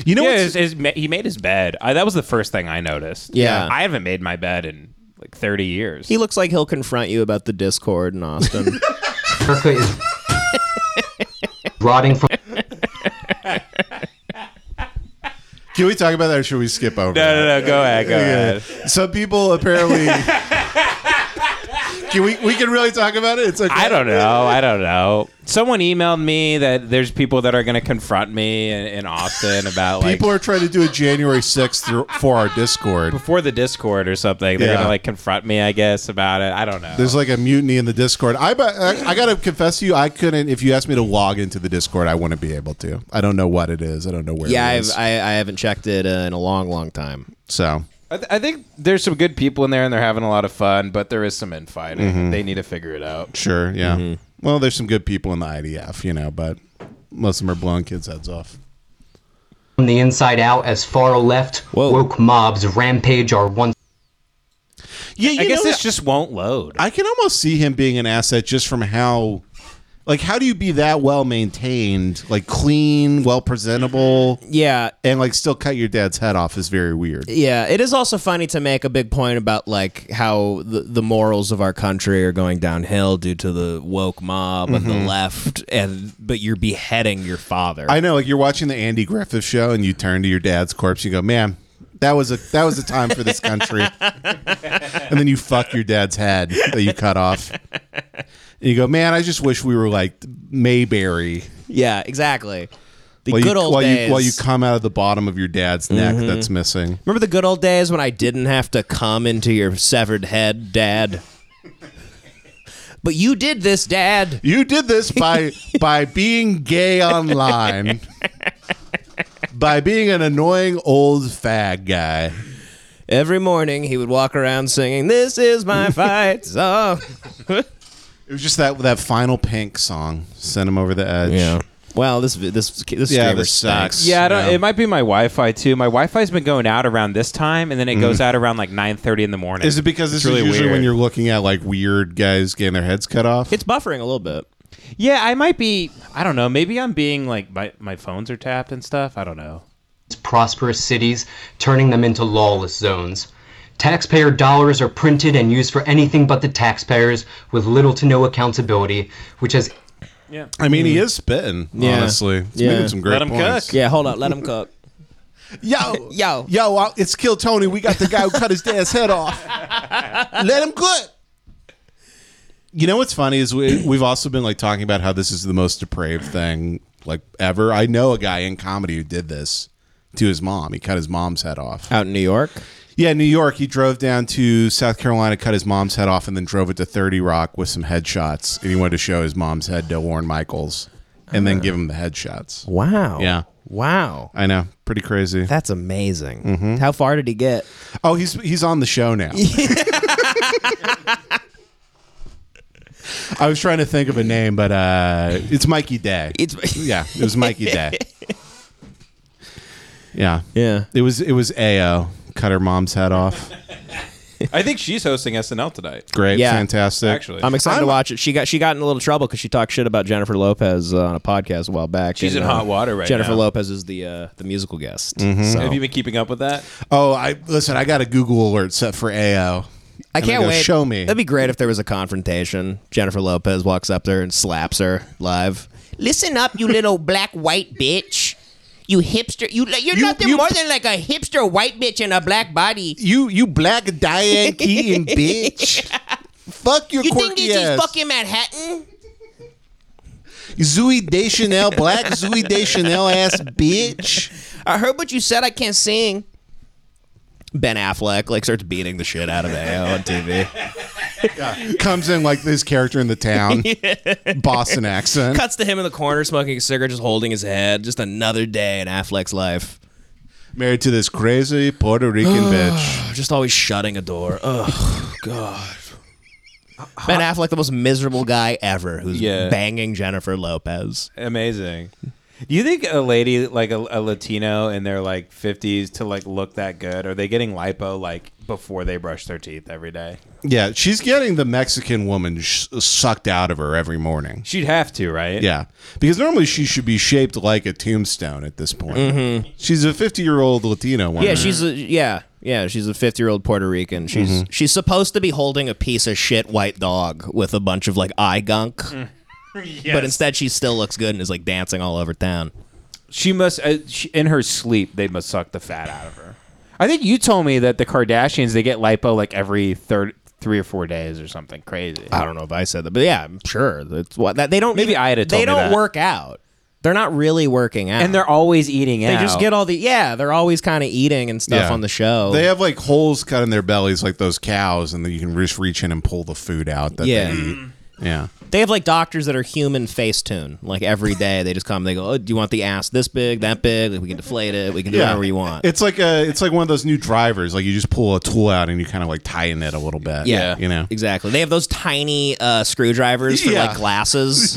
You know
Yeah,
what's
his, his, ma- he made his bed. I, that was the first thing I noticed.
Yeah.
I haven't made my bed in like 30 years.
He looks like he'll confront you about the Discord in Austin.
America is rotting from
Can we talk about that or should we skip over?
no, no, no. Go ahead. Go ahead.
Some people apparently Can we we can really talk about it? It's okay.
I don't know. I don't know. Someone emailed me that there's people that are going to confront me in, in Austin about like
People are trying to do a January 6th through, for our Discord.
before the Discord or something. They're
Yeah.
going to like confront me, I guess, about it. I don't know.
There's like a mutiny in the Discord. I, bu- I I gotta confess to you, I couldn't. If you asked me to log into the Discord, I wouldn't be able to. I don't know what it is. I don't know where.
yeah,
it
I've,
is.
I I haven't checked it uh, in a long, long time.
so
I, th- I think there's some good people in there and they're having a lot of fun, but there is some infighting. They need to figure it out.
Sure, yeah.
Mm-hmm.
Well, there's some good people in the IDF, you know, but most of them are blowing kids' heads off.
the inside out as far left woke mobs rampage our once
Yeah,
I guess this just won't load.
I can almost see him being an asset just from how, like, how do you be that well maintained, like clean, well presentable,
Yeah,
and like still cut your dad's head off is very weird.
yeah. It is also funny to make a big point about like how the, the morals of our country are going downhill due to the woke mob and the left, and but you're beheading your father.
Mm-hmm. I know, like, you're watching the Andy Griffith show, and you turn to your dad's corpse, you go, "Man, that was a that was a time for this country," and then you fuck your dad's head that you cut off, and you go, "Man, I just wish we were like Mayberry."
yeah, exactly. The
while
good
you,
old
while
days. Mm-hmm.
You, while you come out of the bottom of your dad's neck that's missing.
Remember the good old days when I didn't have to come into your severed head, Dad? but you did this, Dad.
You did this by by being gay online. by being an annoying old fag guy.
Every morning he would walk around singing, "This is my fight song."
It was just that that final Pink song sent him over the edge.
Well, this this this
Yeah,
streamer
this sucks.
Yeah, I don't,
Yeah.
it might be my Wi-Fi too. My Wi-Fi's been going out around this time, and then it goes out around like nine thirty in the morning.
Mm. Is it because this
It's really
is usually when
weird.
you're looking at like weird guys getting their heads cut off?
It's buffering a little bit.
Yeah, I might be. I don't know. Maybe I'm being like my my phones are tapped and stuff. I don't know.
prosperous cities, turning them into lawless zones. Taxpayer dollars are printed and used for anything but the taxpayers, with little to no accountability, which has
I mean, he is spitting. Honestly, He's
Yeah.
making some great
Mm. Let him
points.
cook.
Yeah, hold on, let him cook.
Yo,
Yo.
yo, I- it's Kill Tony. We got the guy who cut his dad's head off. Let him quit. You know what's funny is we we've also been like talking about how this is the most depraved thing like ever. I know a guy in comedy who did this to his mom. He cut his mom's head off.
Out in New York,
Yeah, in New York, he drove down to South Carolina, cut his mom's head off, and then drove it to Thirty Rock with some headshots. And he wanted to show his mom's head to Warren Michaels, and then give him the headshots.
wow,
Yeah.
wow,
I know, pretty crazy.
that's amazing. How far did he get?
Oh, he's he's on the show now. I was trying to think of a name, but uh, it's Mikey Day.
It's-
yeah, it was Mikey Day. Yeah,
Yeah,
it was it was Ao cut her mom's head off.
I think she's hosting SNL tonight.
Great,
Yeah.
fantastic. Um,
Actually,
I'm excited to watch it. She got she got in a little trouble because she talked shit about Jennifer Lopez uh, on a podcast a while back. uh,
She's in hot water right
Jennifer
now.
Lopez is the uh, the musical guest. So.
have you been keeping up with that?
oh, I listen. I got a Google alert set for Ao.
I
And I
can't
go,
wait.
"Show me."
That'd be great if there was a confrontation. Jennifer Lopez walks up there and slaps her live.
Listen up, you little black white bitch. You hipster. You you're
You-
nothing
you-
more than like a hipster white bitch in a black body.
You you black Diane Keaton bitch. Fuck your
You think
quirky
this is
ass.
fucking Manhattan?
Zooey Deschanel, black Zooey Deschanel ass bitch.
I heard what you said. I can't sing.
Ben Affleck like starts beating the shit out of AO on TV.
comes in like this character in the town, Boston accent.
Cuts to him in the corner smoking a cigarette, just holding his head. Just another day in Affleck's life.
Married to this crazy Puerto Rican bitch.
Just always shutting a door. Oh God. Ben Affleck, the most miserable guy ever, who's
Yeah.
banging Jennifer Lopez.
Amazing. Do you think a lady like a, a Latino in their like fifties to like look that good? Are they getting lipo like before they brush their teeth every day?
Yeah, she's getting the Mexican woman sh- sucked out of her every morning.
She'd have to, right?
Yeah, because normally she should be shaped like a tombstone at this point. She's a 50 year old Latino woman.
Mm-hmm. Yeah, she's a, yeah, yeah. She's a fifty-year-old Puerto Rican. She's she's supposed to be holding a piece of shit white dog with a bunch of like eye gunk, but instead she still looks good and is like dancing all over town.
She must uh, she, in her sleep. They must suck the fat out of her. I think you told me that the Kardashians they get lipo like every third, three or four days or something crazy.
I don't know if I said that, but yeah, I'm sure that's what that they don't.
Maybe
even-
Ida told
They
me
don't
that.
work out. They're not really working out,
and they're always eating
they
out.
just get all the yeah. They're always kind of eating and stuff
Yeah.
on the show.
They have like holes cut in their bellies, like those cows, and then you can just reach in and pull the food out that
Yeah. Mm-hmm.
they eat. Yeah.
They have like doctors that are human Facetune. Like every day, they just come. They go, "Oh, do you want the ass this big, that big? Like, we can deflate it. We can do whatever you want."
It's like a it's like one of those new drivers. Like you just pull a tool out and you kind of like tighten it a little bit.
yeah,
you know.
exactly. They have those tiny uh, screwdrivers for
Yeah.
like glasses.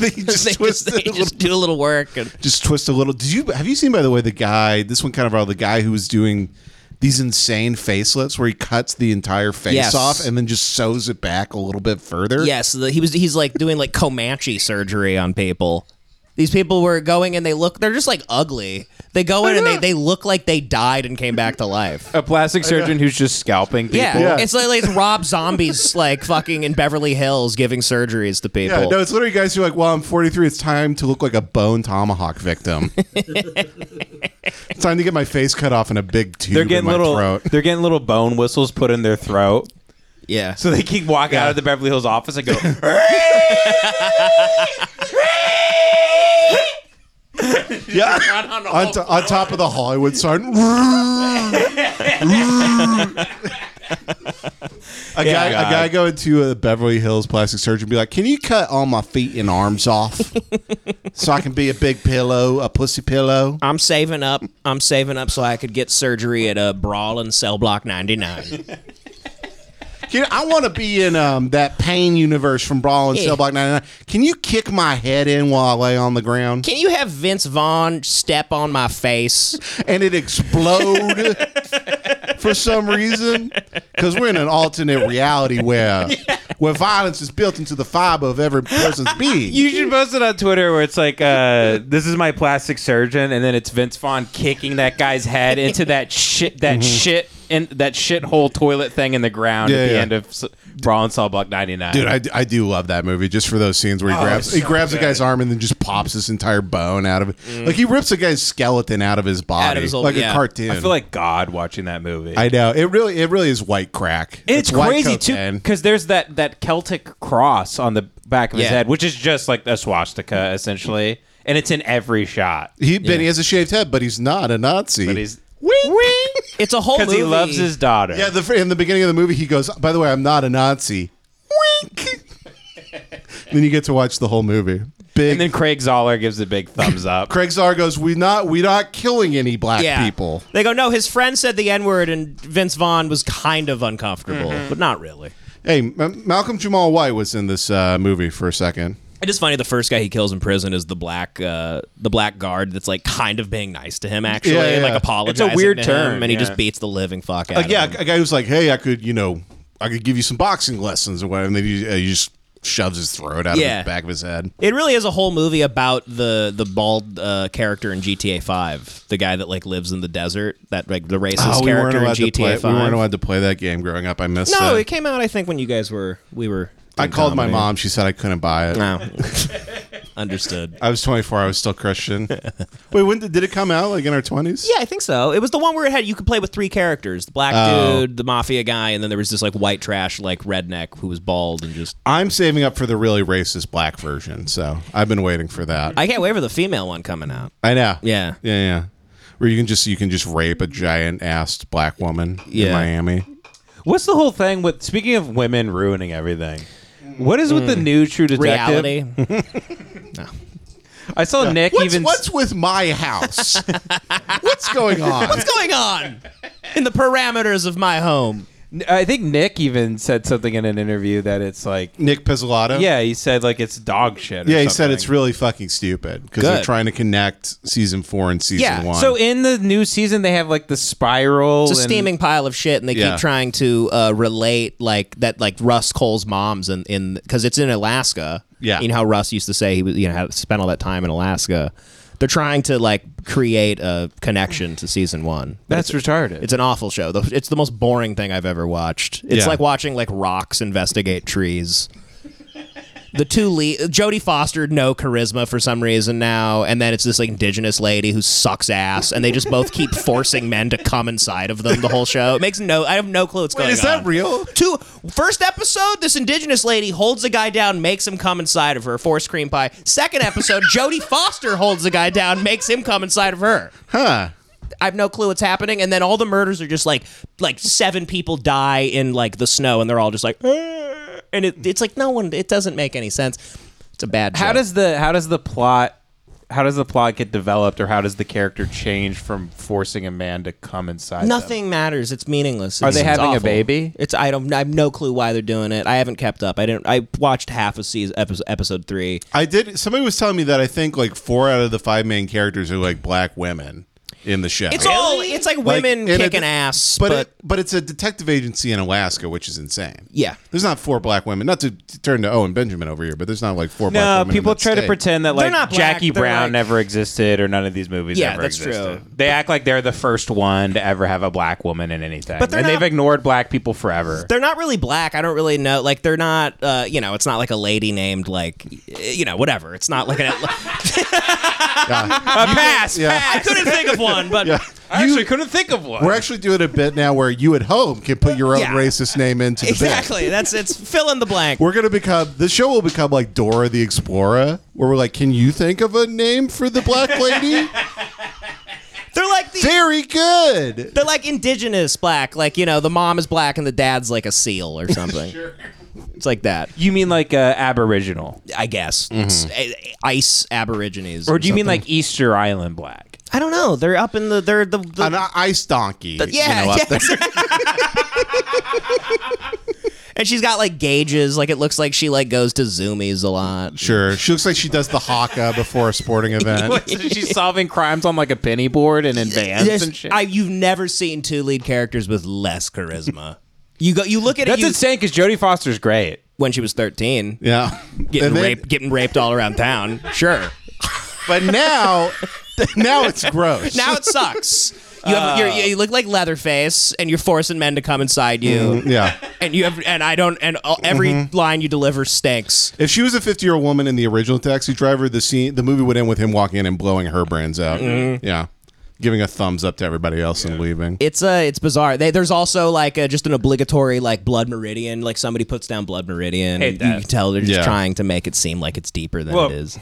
They just twist
they
it a
just do a little work. And
Just twist a little. Did you have you seen by the way the guy? This one kind of all the guy who was doing these insane facelifts where he cuts the entire face
Yes.
off and then just sews it back a little bit further.
yes, the, he was. He's like doing like Comanche surgery on people. These people were going and they look. They're just like ugly. They go in and they, they look like they died and came back to life.
a plastic surgeon who's just scalping people.
Yeah. it's like, like it's Rob Zombies like fucking in Beverly Hills giving surgeries to people.
Yeah, no, it's literally guys who are like, well, I'm 43. It's time to look like a bone tomahawk victim. it's time to get my face cut off in a big tube
They're
in
getting
my
little.
throat.
They're getting little bone whistles put in their throat,
yeah.
so they keep walking out of the Beverly Hills office and go.
Yeah, on, to- on top of the Hollywood sign. A guy, a guy going to a Beverly Hills plastic surgeon and be like, "Can you cut all my feet and arms off, so I can be a big pillow, a pussy pillow?"
I'm saving up. I'm saving up so I could get surgery at a brawl in cell block 99.
Can you- I want to be in um, that pain universe from Brawl and
Yeah.
Cell Block 99. Can you kick my head in while I lay on the ground
Can you have Vince Vaughn step on my face?
and it explode for some reason? Because we're in an alternate reality where where violence is built into the fiber of every person's being.
You should post it on Twitter where it's like, uh, "This is my plastic surgeon," and then it's Vince Vaughn kicking that guy's head into that shit,
Mm-hmm.
that shit, and that shithole toilet thing in the ground
Yeah,
at the
yeah.
end of S- Brawl and Saw Block ninety nine.
Dude, I, I do love that movie just for those scenes where
Oh,
he grabs he grabs a guy's arm and then just pops his entire bone out of it.
Mm.
Like he rips a guy's skeleton out of his body,
his whole-
like
yeah.
a cartoon.
I feel like God watching that movie.
I know it really it really is white crack.
it's
white
crazy too
cocaine.
because there's that that Celtic cross on the back of his
Yeah.
head, which is just like a swastika essentially, and it's in every shot.
He been he has a shaved head, but he's not a Nazi.
But he's wing
It's a whole
because
movie.
he loves his daughter.
yeah, the, in the beginning of the movie, he goes. By the way, I'm not a Nazi. Wink. then you get to watch the whole movie. Big.
and then Craig Zoller gives a big thumbs up.
Craig Czar goes. We not we not killing any black
yeah.
people.
They go, no, his friend said the N word, and Vince Vaughn was kind of uncomfortable,
Mm-hmm.
but not really.
Hey, M- Malcolm Jamal White was in this uh, movie for a second.
It is funny the first guy he kills in prison is the black uh, the black guard that's like kind of being nice to him actually
Yeah, yeah.
and, like
It's a
apologizing
weird
to
turn,
him, and he
yeah.
just beats the living fuck out
Like,
of
Uh, yeah,
him.
a guy who's like, hey, I could, you know, I could give you some boxing lessons or whatever. And then he, uh, he just shoves his throat out
Yeah.
of the back of his head.
It really is a whole movie about the the bald uh, character in GTA Five, the guy that like lives in the desert, that like the racist
Oh, we weren't
character in
allowed to play.
GTA
We weren't
Five.
allowed to play that game growing up. I missed
No,
it.
it came out I think when you guys were we were.
I
doing
called my
comedy.
mom. She said I couldn't buy it.
No, understood.
I was 24. I was still Christian. Wait, when did, did it come out? Like in our 20s?
Yeah, I think so. It was the one where it had you could play with three characters: the black
Oh.
dude, the mafia guy, and then there was this like white trash like redneck who was bald and just.
I'm saving up for the really racist black version, so I've been waiting for that.
I can't wait for the female one coming out.
I know.
Yeah.
Yeah, yeah. Where you can just you can just rape a giant assed black woman in
Yeah.
Miami.
What's the whole thing with speaking of women ruining everything? What is with the new True Detective?
Mm. Reality.
I saw Nick
What's,
even.
what's with my house? what's going on?
What's going on in the parameters of my home?
I think Nick even said something in an interview that it's like,
Nick Pizzolatto?
yeah, he said like it's dog shit. Or
Yeah, he said
something.
it's really fucking stupid because they're
Good.
trying to connect season four and season
Yeah,
one.
So in the new season, they have like the spiral.
It's a
and-
steaming pile of shit, and they
Yeah.
keep trying to uh, relate like that, like Russ Cole's mom's in in because it's in Alaska.
Yeah.
you know how Russ used to say he was, you know had spent all that time in Alaska. They're trying to like create a connection to season one. But
That's retarded.
It's an awful show. The- It's the most boring thing I've ever watched. It's
Yeah.
like watching like rocks investigate trees. The two lead Jodie Foster no charisma for some reason now, and then it's this like indigenous lady who sucks ass, and they just both keep forcing men to come inside of them the whole show. It makes no I have no clue what's
Wait,
going
is that
on.
real?
Two first episode, this indigenous lady holds a guy down, makes him come inside of her for cream pie. Second episode, Jodie Foster holds a guy down, makes him come inside of her.
Huh.
I have no clue what's happening. And then all the murders are just like like seven people die in like the snow, and they're all just like, "Eh," and it, it's like no one. It doesn't make any sense. It's a bad.
how
show.
does the how does the plot how does the plot get developed, or how does the character change from forcing a man to come inside?
nothing matters? It's meaningless.
Are
It's-
they
it's
having a
awful.
baby?
It's I don't. I have no clue why they're doing it. I haven't kept up. I didn't. I watched half of season episode, episode three.
I did. Somebody was telling me that I think like four out of the five main characters are like black women in the show.
It's all. It's like
Like, in
women
a
kicking
de-
ass,
but
but.
it, but it's a detective agency in Alaska, which is insane.
Yeah.
there's not four black women. Not to, to turn to Owen Benjamin over here, but there's not like four. black
No,
women in
people
that
try to
state.
pretend that
They're
like
not black,
Jackie
they're
Brown
like-
never existed or none of these movies
Yeah,
ever
that's true.
existed. They act like they're the first one to ever have a black woman in anything.
But they're
and
not-
they've ignored black people forever.
they're not really black. I don't really know. Like they're not. Uh, you know, it's not like a lady named like, you know, whatever. It's not like an.
A pass.
Yeah.
I couldn't think of one, but
I actually couldn't think of one.
We're actually doing a bit now where you at home can put your own
Yeah.
racist name into the bit.
exactly. That's it's fill in the blank.
We're gonna become the show will become like Dora the Explorer, where we're like, can you think of a name for the black lady?
They're like the
very good.
They're like indigenous black, like you know, the mom is black and the dad's like a seal or something. It's like that,
You mean like uh, Aboriginal, Mm-hmm.
I guess. It's, uh, ice aborigines,
or do you mean
something.
like Easter Island black?
I don't know? They're up in the they're the, the
An ice donkey.
yeah,
you know, up
yeah,
there.
and she's got like gauges. Like it looks like she like goes to zoomies a lot.
Sure. She looks like she does the haka before a sporting event.
She's solving crimes on like a penny board and in vans
There's-
and shit.
I, you've never seen two lead characters with less charisma. you go, you look at
That's
it you,
insane because Jodie Foster's great.
when she was thirteen,
Yeah.
getting
And then-
raped, getting raped all around town. Sure,
But now, now it's gross.
now it sucks. You, have, you're, you look like Leatherface, and you're forcing men to come inside you.
yeah.
And you have, and I don't, and all, every line you deliver stinks.
If she was a 50 year old woman in the original Taxi Driver, the scene, the movie would end with him walking in and blowing her brains out. Yeah. Giving a thumbs up to everybody else and leaving.
It's uh, it's bizarre. They, there's also like uh just an obligatory like blood meridian. Like somebody puts down blood meridian.
Hate
you
that.
can tell they're just
Yeah.
trying to make it seem like it's deeper than
Well,
it is.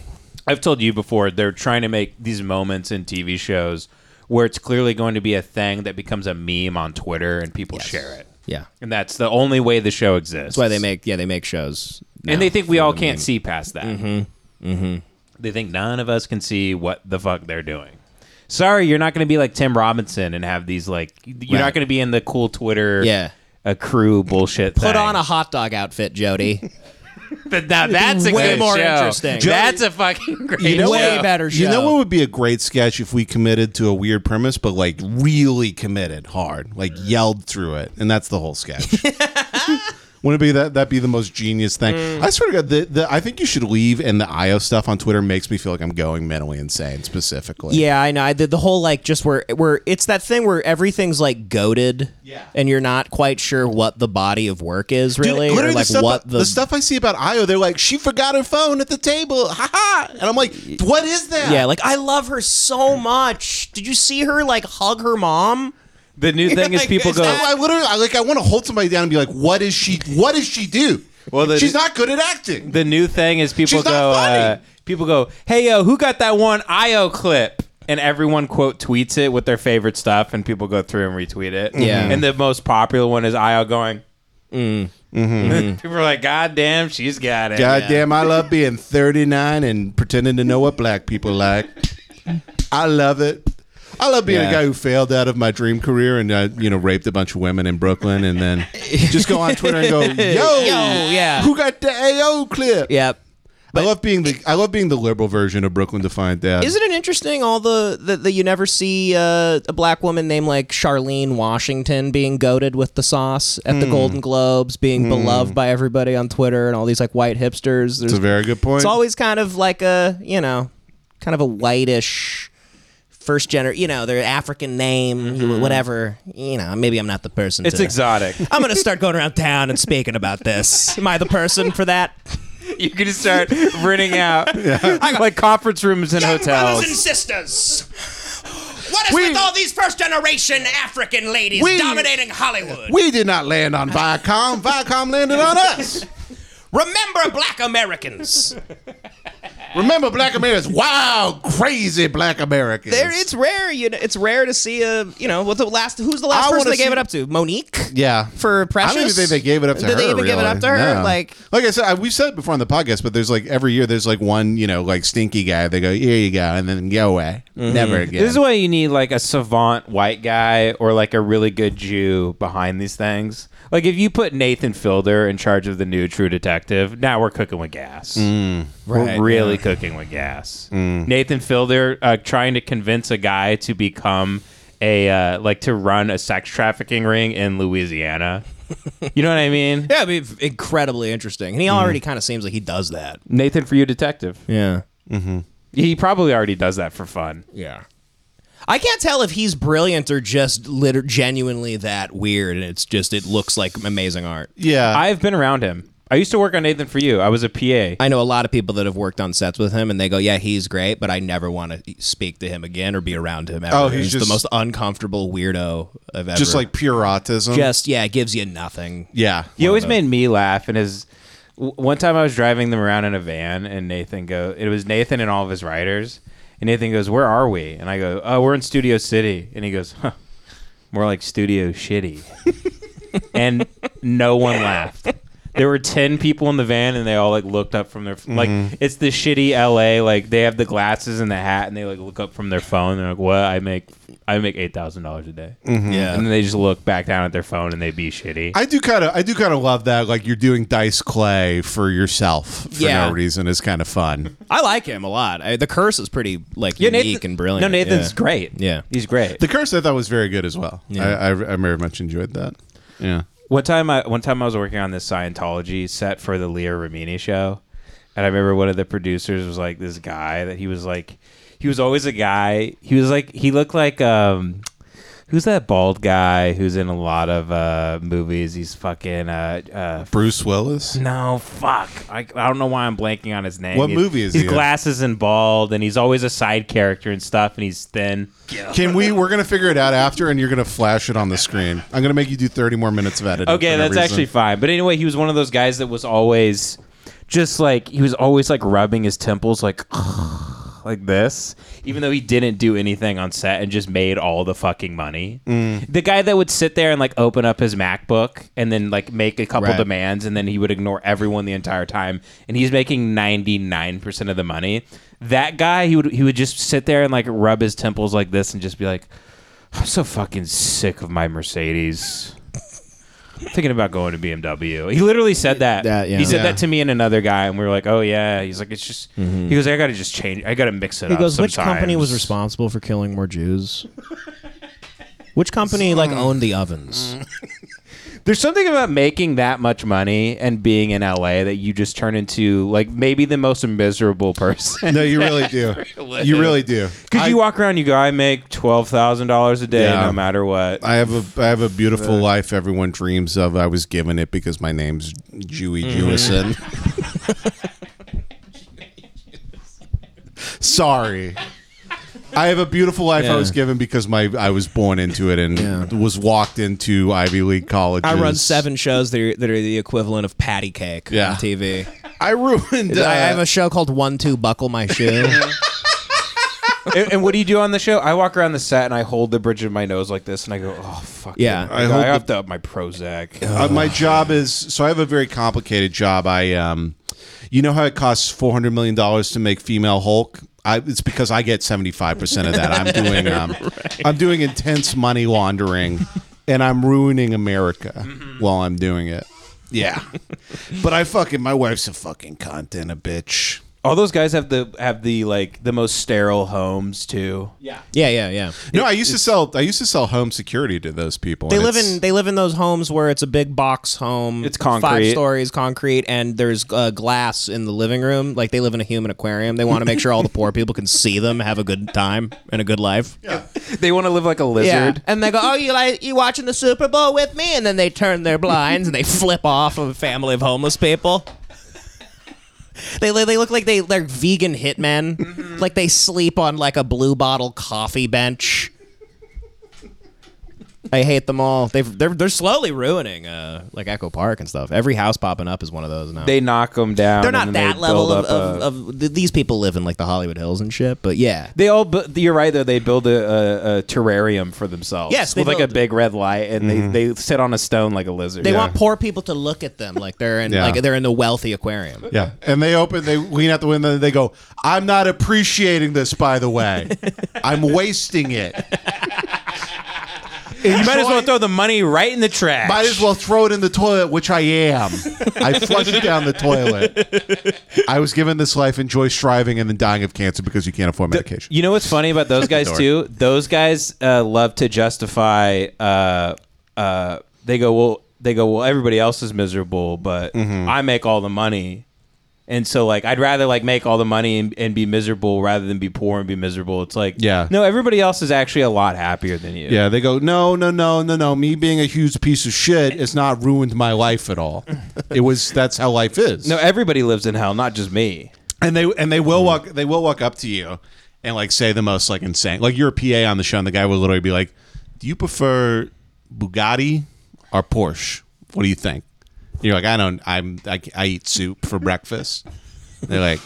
I've told you before, they're trying to make these moments in TV shows where it's clearly going to be a thing that becomes a meme on Twitter and people share it.
Yeah,
And that's the only way the show exists.
that's why they make yeah they make shows. now
and they think we
for
all
the
can't
meme.
see past that. Mm-hmm. Mm-hmm. They think none of us can see what the fuck they're doing. Sorry, you're not going to be like Tim Robinson and have these like. You're not
Right.
going to be in the cool Twitter,
Yeah.
a crew bullshit.
Put on a hot dog outfit, Jody.
now that's a
Way
good
more
show.
interesting.
That's a fucking great.
You know
Way
what-
better show.
You know what would be a great sketch if we committed to a weird premise, but like really committed hard, like yelled through it, and that's the whole sketch. Wouldn't it be that that be the most genius thing? I swear to God, the, the I think you should leave, and the IO stuff on Twitter makes me feel like I'm going mentally insane. Specifically,
Yeah, I know. I did the whole like just where where it's that thing where everything's like goaded, yeah, and you're not quite sure what the body of work is
Dude,
really, or
literally
like
the, stuff,
what
the, stuff I see about IO, they're like, she forgot her phone at the table, ha ha, and I'm like, what is that?
Yeah, like I love her so much. Did you see her like hug her mom?
The new thing is
Like,
people
is
go.
that-
I literally, I, like, I want to hold somebody down and be like, what is she? What does she do?
Well, the-
she's not good at acting.
the new thing is people
She's not
go. Uh,
funny.
people go. Hey yo, who got that one IO clip? And everyone quote tweets it with their favorite stuff, and people go through and retweet it.
Yeah.
And the most popular one is IO going. people are like, God damn, she's got it.
God damn, I love being 39 and pretending to know what black people like. I love it. I love being
Yeah.
a guy who failed out of my dream career and uh, you know raped a bunch of women in Brooklyn and then just go on Twitter and go, "Yo,
yeah.
who got the AO clip?"
Yep.
I love being the I love being the liberal version of Brooklyn Defiant Dad.
Isn't it interesting all the that you never see uh, a black woman named like Charlene Washington being goaded with the sauce at
Hmm.
the Golden Globes, being beloved by everybody on Twitter and all these like white hipsters. There's,
It's a very good point.
it's always kind of like a you know, kind of a whitish first gener. You know, their African name,
Mm-hmm.
whatever. You know, maybe I'm not the person.
It's
to-
exotic.
I'm gonna start going around town and speaking about this. Am I the person for that?
you can just start renting out like conference rooms and
Brothers and
hotels.
sisters, what is with all these first generation African ladies
We-
dominating Hollywood?
we did not land on Viacom. Viacom landed on us.
Remember black Americans.
Remember, Black Americans. Wow, crazy Black Americans.
There, it's rare. You know, it's rare to see a you know what the last who's the last
I
person
wanna
they gave
see-
it up to? Monique
Yeah.
for Precious.
I don't even think they gave it up to
Did
her.
they even give it
really.
up to her?
No.
Like
like I said, I, we've said it before on the podcast, but there's like every year there's like one, you know, like stinky guy. They go, here you go, and then go away, never again.
Mm-hmm. This is why you need like a savant white guy or like a really good Jew behind these things. Like if you put Nathan Fielder in charge of the new True Detective, now we're cooking with gas.
Right,
we're really cooking with gas. Nathan Fielder uh, trying to convince a guy to become a uh, like to run a sex trafficking ring in Louisiana. you know what I mean?
yeah, it'd be incredibly interesting. And
Mm-hmm.
he already kind of seems like he does that.
Nathan for you, detective.
Yeah,
He probably already does that for fun.
yeah. I can't tell if he's brilliant or just liter- genuinely that weird, and it's just it looks like amazing art.
yeah,
I've been around him. I used to work on Nathan for you. I was a PA.
I know a lot of people that have worked on sets with him, and they go, "Yeah, he's great," but I never want to speak to him again or be around him. Ever.
Oh, he's just-
the most uncomfortable weirdo I've ever.
just like mm. pure autism.
just yeah, it gives you nothing.
yeah.
He always made me laugh. And his w- one time I was driving them around in a van, and Nathan go. It was Nathan and all of his writers, And Nathan goes, "Where are we?" And I go, "Oh, we're in Studio City." And he goes, huh, "More like Studio Shitty." and no one laughed. There were ten people in the van, and they all like looked up from their like. It's the shitty LA. Like they have the glasses and the hat, and they like look up from their phone. They're like, "What? I make I make eight thousand dollars a day."
Mm.
Yeah.
And then they just look back down at their phone and they be shitty.
I do kind of, I do kind of love that. Like you're doing dice clay for yourself for
Yeah.
no reason. It's kind of fun.
I like him a lot. I, the curse is pretty like unique and brilliant.
No, Nathan's
yeah.
great.
Yeah.
he's great.
The curse I thought was very good as well.
Yeah.
I, I, I very much enjoyed that. Yeah.
One time, I one time I was working on this Scientology set for the Leah Remini show, and I remember one of the producers was like this guy that he was like, he was always a guy. He was like he looked like um, who's that bald guy who's in a lot of uh movies? He's fucking uh, uh
Bruce Willis.
no, fuck. I, I don't know why I'm blanking on his name.
What
He-
movie is
he's
he in?
glasses and bald, and he's always a side character and stuff, and he's thin.
Can we? We're gonna figure it out after, and you're gonna flash it on the screen. I'm gonna make you do 30 more minutes of editing.
Okay,
for no
that's
reason.
actually fine. But anyway, he was one of those guys that was always just like he was always like rubbing his temples like like this, even though he didn't do anything on set and just made all the fucking money.
Mm.
The guy that would sit there and like open up his MacBook and then like make a couple
Right.
demands and then he would ignore everyone the entire time and he's making 99% of the money. That guy he would he would just sit there and like rub his temples like this and just be like I'm so fucking sick of my Mercedes. I'm thinking about going to BMW. He literally said that.
That, yeah.
He said
Yeah.
that to me and another guy, and we were like, "Oh yeah." He's like, "It's just." He goes, "I got to just change. I got to mix it
Mm-hmm. He
up."
goes, which
sometimes."
company was responsible for killing more Jews? which company like owned the ovens?
There's something about making that much money and being in LA that you just turn into like maybe the most miserable person.
No, you really do. you really do.
Because you
I-
walk around, and you go, "I make twelve thousand dollars a day,
Yeah.
no matter what."
I have a I have a beautiful life everyone dreams of. I was given it because my name's Jewy
Mm-hmm.
Jewison. Sorry. I have a beautiful life I was given because my I was born into it and was walked into Ivy League colleges.
I run seven shows that are, that are the equivalent of patty cake
Yeah.
on TV.
I ruined.
I
uh,
have a show called One Two Buckle My Shoe.
and, and what do you do on the show? I walk around the set and I hold the bridge of my nose like this, and I go, "Oh fuck."
Yeah.
it.
I
I,
hold
have to up my Prozac.
Uh,
Uh-huh.
my job is so I have a very complicated job. I um, you know how it costs four hundred million dollars to make female Hulk. I, it's because I get seventy five percent of that. I'm doing um, I'm doing intense money laundering, and I'm ruining America
Mm-hmm.
while I'm doing it. Yeah, but I fucking my wife's a fucking cunt and a bitch.
All those guys have the have the like the most sterile homes too. Yeah.
yeah, yeah, yeah.
No, I used to sell I used to sell home security to those people.
They
and
live
it's-
in they live in those homes where it's a big box home.
It's concrete.
five stories, concrete, and there's uh, glass in the living room. Like they live in a human aquarium. They want to make sure all the poor people can see them, have a good time, and a good life.
They want to live like a lizard.
Yeah. And they go, "Oh, you like you watching the Super Bowl with me?" And then they turn their blinds and they flip off of a family of homeless people. They, they they look like they they're vegan hitmen.
Mm-hmm.
Like they sleep on like a blue bottle coffee bench. I hate them all. They've they're they're slowly ruining uh like Echo Park and stuff. Every house popping up is one of those now.
They knock them down.
they're not
and then
that
they
level
build up
of, of,
a-
of th- these people live in like the Hollywood Hills and shit, but yeah.
They all. bu- You're right though. They build a, a, a terrarium for themselves.
Yes, they
with like a
build-
big red light, and
Mm-hmm.
they, they sit on a stone like a lizard.
They want poor people to look at them like they're in
Yeah.
like they're in the wealthy aquarium.
Yeah. And they open, they lean out the window and they go, I'm not appreciating this, by the way. I'm wasting it.
You might as well throw the money right in the trash.
Might as well throw it in the toilet, which I am. I flush it down the toilet. I was given this life, enjoy striving, and then dying of cancer because you can't afford medication.
You know what's funny about those guys too? Those guys uh, love to justify. Uh, uh, they go well. They go well. Everybody else is miserable, but
Mm-hmm.
I make all the money, and so like I'd rather like make all the money and, and be miserable rather than be poor and be miserable. It's like
Yeah.
no, everybody else is actually a lot happier than you.
Yeah, they go, no, no, no, no, no. Me being a huge piece of shit has not ruined my life at all. It was that's how life is.
No, everybody lives in hell, not just me.
and they and they will walk they will walk up to you and like say the most like insane like you're a PA on the show and the guy will literally be like, "Do you prefer Bugatti or Porsche? What do you think?" And you're like, "I don't. I'm I, I eat soup for breakfast." And they're like,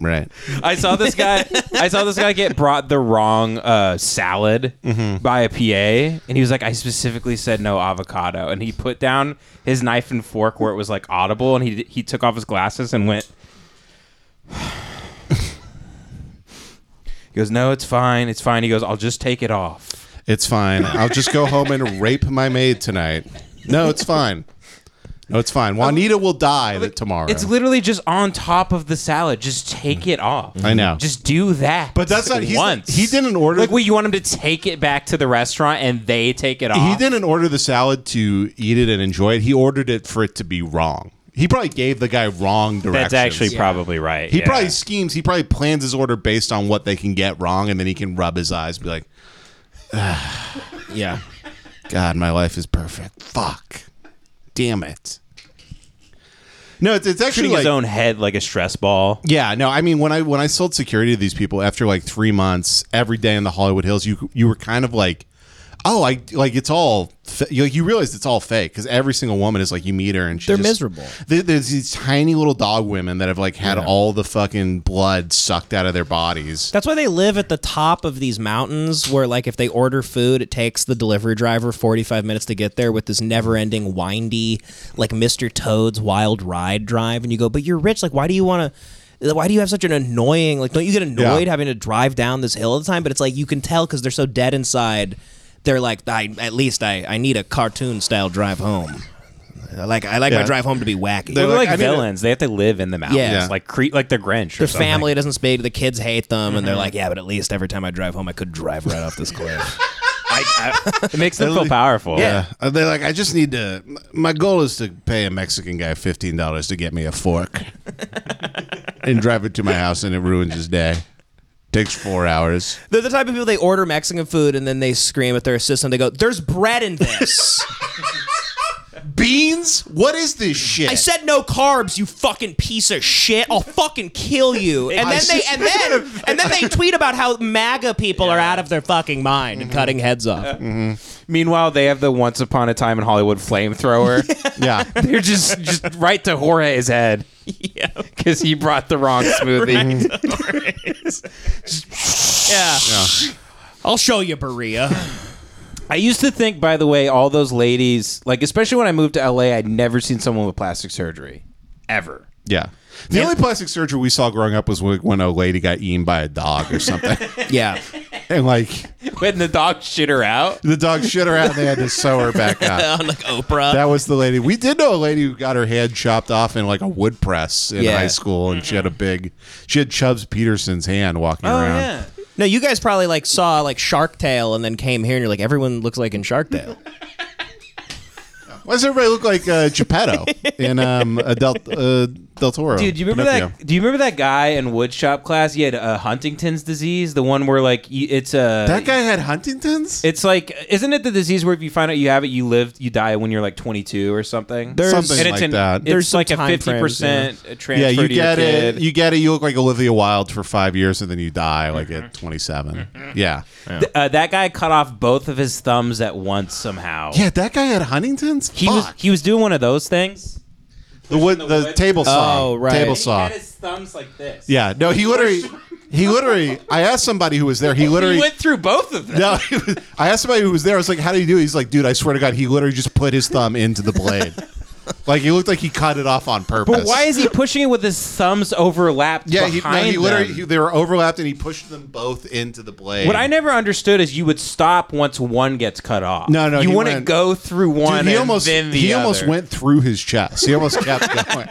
right.
I saw this guy. I saw this guy get brought the wrong uh, salad
Mm-hmm.
by a PA, and he was like, "I specifically said no avocado," and he put down his knife and fork where it was like audible, and he he took off his glasses and went. he goes, "No, it's fine, it's fine." He goes, "I'll just take it off."
It's fine. I'll just go home and rape my maid tonight. No, it's fine. No, it's fine. Juanita will die th- tomorrow.
It's literally just on top of the salad. Just take it off.
Mm-hmm. I know.
Just do that.
But that's not- he's-
once.
he didn't order-
Like, wait, you want him to take it back to the restaurant and they take it off?
he didn't order the salad to eat it and enjoy it. He ordered it for it to be wrong. He probably gave the guy wrong directions.
That's actually probably right.
He
yeah.
probably schemes. He probably plans his order based on what they can get wrong, and then he can rub his eyes, and be like,
Yeah.
"God, my life is perfect. Fuck, damn it." No, it's, it's actually
shooting
like,
his own head like a stress ball.
Yeah, no, I mean when I when I sold security to these people after like three months, every day in the Hollywood Hills, you you were kind of like, oh, I like it's all fa- you, like you realize it's all fake because every single woman is like you meet her and she
They're
just-
miserable.
There- there's these tiny little dog women that have like had all the fucking blood sucked out of their bodies.
That's why they live at the top of these mountains where like if they order food, it takes the delivery driver 45 minutes to get there with this never-ending windy like Mr. Toad's wild ride drive and you go, "But you're rich, like why do you want to why do you have such an annoying like don't you get annoyed
Yeah.
having to drive down this hill all the time?" But it's like you can tell cuz they're so dead inside. They're like, "I at least I I need a cartoon style drive home." I Like I like
Yeah.
my drive home to be wacky.
They're
They're
like,
like,
I mean,
villains. they have to live in the mountains,
Yeah.
like cre- like Mm-hmm. the Grinch.
their
or something.
family doesn't stay. The kids hate them, and they're like, "Yeah, but at least every time I drive home, I could drive right off this cliff."
It makes them feel powerful.
Yeah, Uh, they're like, I just need to. My goal is to pay a Mexican guy fifteen dollars to get me a fork, and drive it to my house, and it ruins his day. Takes four hours.
They're the type of people they order Mexican food and then they scream at their assistant. They go, "There's bread in this."
Beans? What is this shit?
I said no carbs, you fucking piece of shit. I'll fucking kill you. And then they and then and then they tweet about how MAGA people are out of their fucking mind
Mm-hmm.
and cutting heads off.
Mm. Meanwhile, they have the Once Upon a Time in Hollywood flamethrower.
yeah.
They're just just right to Jorge's head. Yeah, because he brought the wrong smoothie.
Mm.
Yeah. I'll show you Berea.
I used to think, by the way, all those ladies, like especially when I moved to LA, I'd never seen someone with plastic surgery, ever.
Yeah. The only plastic surgery we saw growing up was when, when a lady got eaten by a dog or something.
Yeah.
and like
When the dog shit her out,
the dog shit her out and they had to sew her back up.
On like Oprah.
That was the lady. We did know a lady who got her hand chopped off in like a wood press in
Yeah.
high school and she had a big she had Chubbs Peterson's hand walking
Oh,
around.
No, you guys probably like saw like Shark Tale and then came here and you're like, everyone looks like in Shark Tale.
Why does everybody look like uh, Geppetto in um, a Del, uh, Del Toro?
Dude, do you remember that? Do you remember that guy in woodshop class? He had uh, Huntington's disease, the one where like you, it's a
That guy had Huntington's?
It's like, isn't it the disease where if you find out you have it, you live, you die when you're like 22 or something?
There's-
Something
and it's
like
an,
that.
It's
There's
like a
some time
50%
frames,
transfer
yeah, you
to your
get it.
kid.
You get it. You look like Olivia Wilde for five years, and then you die like
Mm-hmm.
at 27. Yeah. yeah.
Th- uh, that guy cut off both of his thumbs at once somehow.
that guy had Huntington's.
He was,
Fuck.
he was doing one of those things.
the wood, the, table saw.
Oh, right.
Table
He
saw.
his thumbs like this.
Yeah. No, he literally. He literally. I asked somebody who was there. He literally.
He went through both of them.
no, he was- I asked somebody who was there. I was like, "How do you do?" it?" He's like, "Dude, I swear to God, he literally just put his thumb into the blade. like he looked like he cut it off on purpose."
But why is he pushing it with his thumbs overlapped
Yeah, he, no,
behind
he literally
them?
he, they were overlapped, and he pushed them both into the blade.
What I never understood is you would stop once one gets cut off.
No, no,
you
he
wouldn't
went-
go through
Dude,
one.
he
and
almost
then the
he almost
other.
went through his chest. He almost kept going.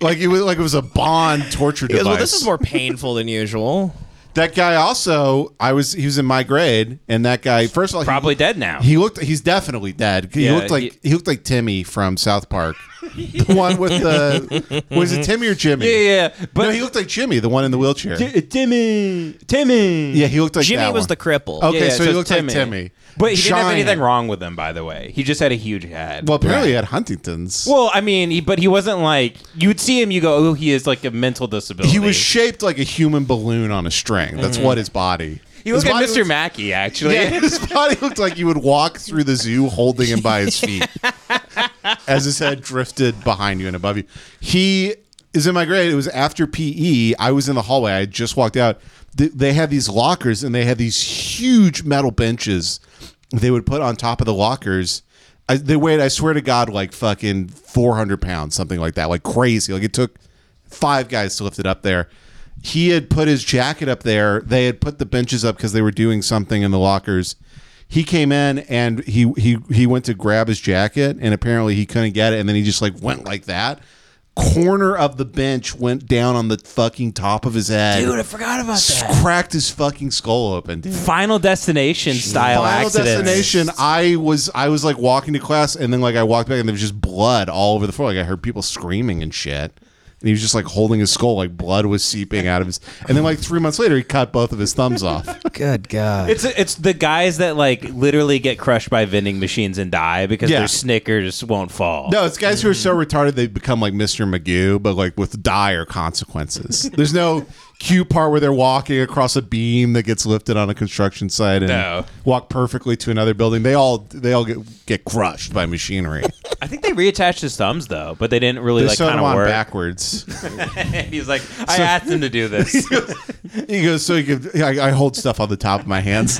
like it was like it was a bond torture
He
device.
goes, well, this is more painful than usual.
that guy also. I was he was in my grade, and that guy first of all he-
Probably dead now.
He looked. He's definitely dead. He
Yeah,
looked like he,
he-
looked like Timmy from South Park. the one with the was it Timmy or Jimmy?
Yeah, yeah, yeah.
But
But
no, he looked like Jimmy, the one in the wheelchair.
Timmy, Timmy.
yeah, he looked like
Jimmy
that
was
one.
the cripple.
Okay,
Yeah,
so,
so
he
it's
looked
Timmy.
like Timmy,
But he didn't have
Giant.
anything wrong with him, by the way. He just had a huge head.
Well, apparently he had Huntington's.
well, I mean, he, but he wasn't like you'd see him. You go, oh, he is like a mental disability.
He was shaped like a human balloon on a string. That's
Mm-hmm.
what his body.
He looked
his
like
body
Mr.
looked-
Mackey, actually.
Yeah, his body looked like you would walk through the zoo holding him by his feet as his head drifted behind you and above you. He is in my grade. It was after PE. I was in the hallway. I had just walked out. Th- They had these lockers and they had these huge metal benches they would put on top of the lockers. I, they weighed, I swear to God, like fucking 400 pounds, something like that, like crazy. Like it took five guys to lift it up there. He had put his jacket up there. They had put the benches up because they were doing something in the lockers. He came in and he he he went to grab his jacket and apparently he couldn't get it and then he just like went like that. Corner of the bench went down on the fucking top of his head.
Dude, I forgot about
S-
that.
Cracked his fucking skull open. Dude.
Final Destination style
Final
accidents.
destination. I was I was like walking to class, and then like I walked back, and there was just blood all over the floor. Like I heard people screaming and shit. And he was just like holding his skull, like blood was seeping out of his. And then like three months later, he cut both of his thumbs off.
Good God.
It's it's the guys that like literally get crushed by vending machines and die because
Yeah.
their Snickers won't fall.
No, it's guys who are
Mm.
so retarded they become like Mr. Magoo, but like with dire consequences. There's no cute part where they're walking across a beam that gets lifted on a construction site and
No.
walk perfectly to another building. They all they all get, get crushed by machinery.
I think they reattached his thumbs though, but they didn't really
They
like
sew
kind
them
of
on
work.
backwards.
He's like, I asked him to do this.
He goes, so you could. I, I hold stuff on the top of my hands.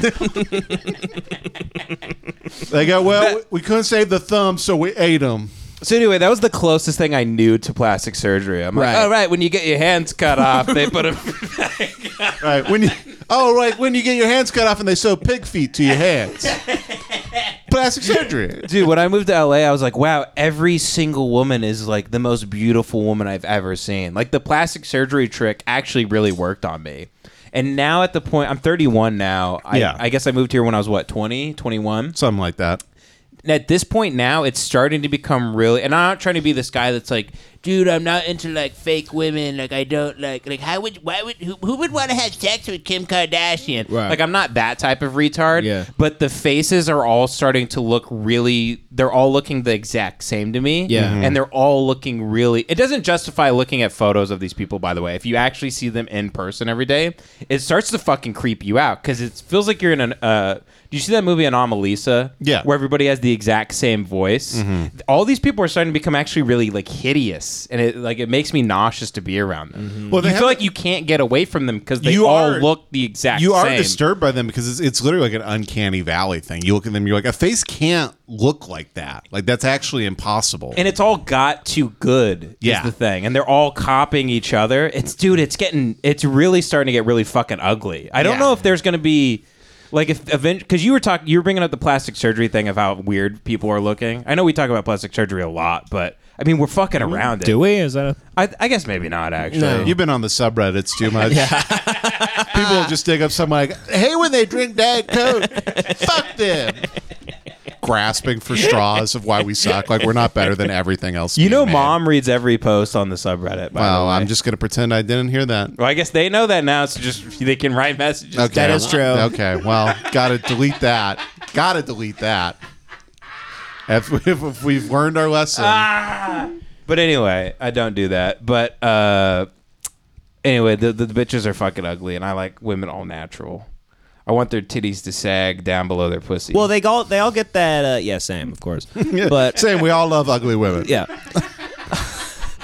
they go, well, we couldn't save the thumb, so we ate them.
so anyway, that was the closest thing I knew to plastic surgery. I'm like,
Right.
oh right, when you get your hands cut off, they put a
Right when you, oh right when you get your hands cut off and they sew pig feet to your hands. Plastic surgery.
Dude, when I moved to LA, I was like, wow, every single woman is like the most beautiful woman I've ever seen. Like the plastic surgery trick actually really worked on me. And now at the point, I'm 31 now. I,
Yeah.
I guess I moved here when I was what, 20, 21?
Something like that.
And at this point now, it's starting to become really. And I'm not trying to be this guy that's like,
Dude, I'm not into like fake women. Like I don't like like how would why would who, who would want to have sex with Kim Kardashian?
Right.
Like I'm not that type of retard.
Yeah.
But the faces are all starting to look really. They're all looking the exact same to me.
Yeah. Mhm.
And they're all looking really. It doesn't justify looking at photos of these people, by the way. If you actually see them in person every day, it starts to fucking creep you out because it feels like you're in an. Uh, do you see that movie Anomalisa?
Yeah. Mm-hmm.
Where everybody has the exact same voice. All these people are starting to become actually really like hideous, and it like it makes me nauseous to be around them. Well,
they
you feel
have-
like you can't get away from them because they
You
all
are-
look the exact.
You are
same.
disturbed by them because it's, it's literally like an uncanny valley thing. You look at them, you're like, a face can't look like that. Like that's actually impossible.
and it's all got too good.
Yeah.
is the thing, and they're all copying each other. It's dude, it's getting, it's really starting to get really fucking ugly. I don't
Yeah.
know if there's gonna be. Like if because you were talking, you were bringing up the plastic surgery thing of how weird people are looking. I know we talk about plastic surgery a lot, but I mean we're fucking around it.
Mm-hmm. Do we? Is that a
I, I guess maybe not actually.
You've been on the subreddits too much. People just dig up someone like, hey, when they drink Diet Coke, fuck them. Grasping for straws of why we suck. Like, we're not better than everything else.
You
being
know,
made.
mom reads every post on the subreddit. By
Well,
the way.
I'm just going to pretend I didn't hear that.
Well, I guess they know that now. So just they can write messages.
Okay.
That is true.
Okay. Well, got to delete that. Got to delete that. If, if, if we've learned our lesson,
Ah.
But anyway, I don't do that. But uh, anyway, the, the bitches are fucking ugly, and I like women all natural. I want their titties to sag down below their pussy.
Well, they all they all get that. Uh, yeah, Sam, of course. But
saying we all love ugly women.
yeah,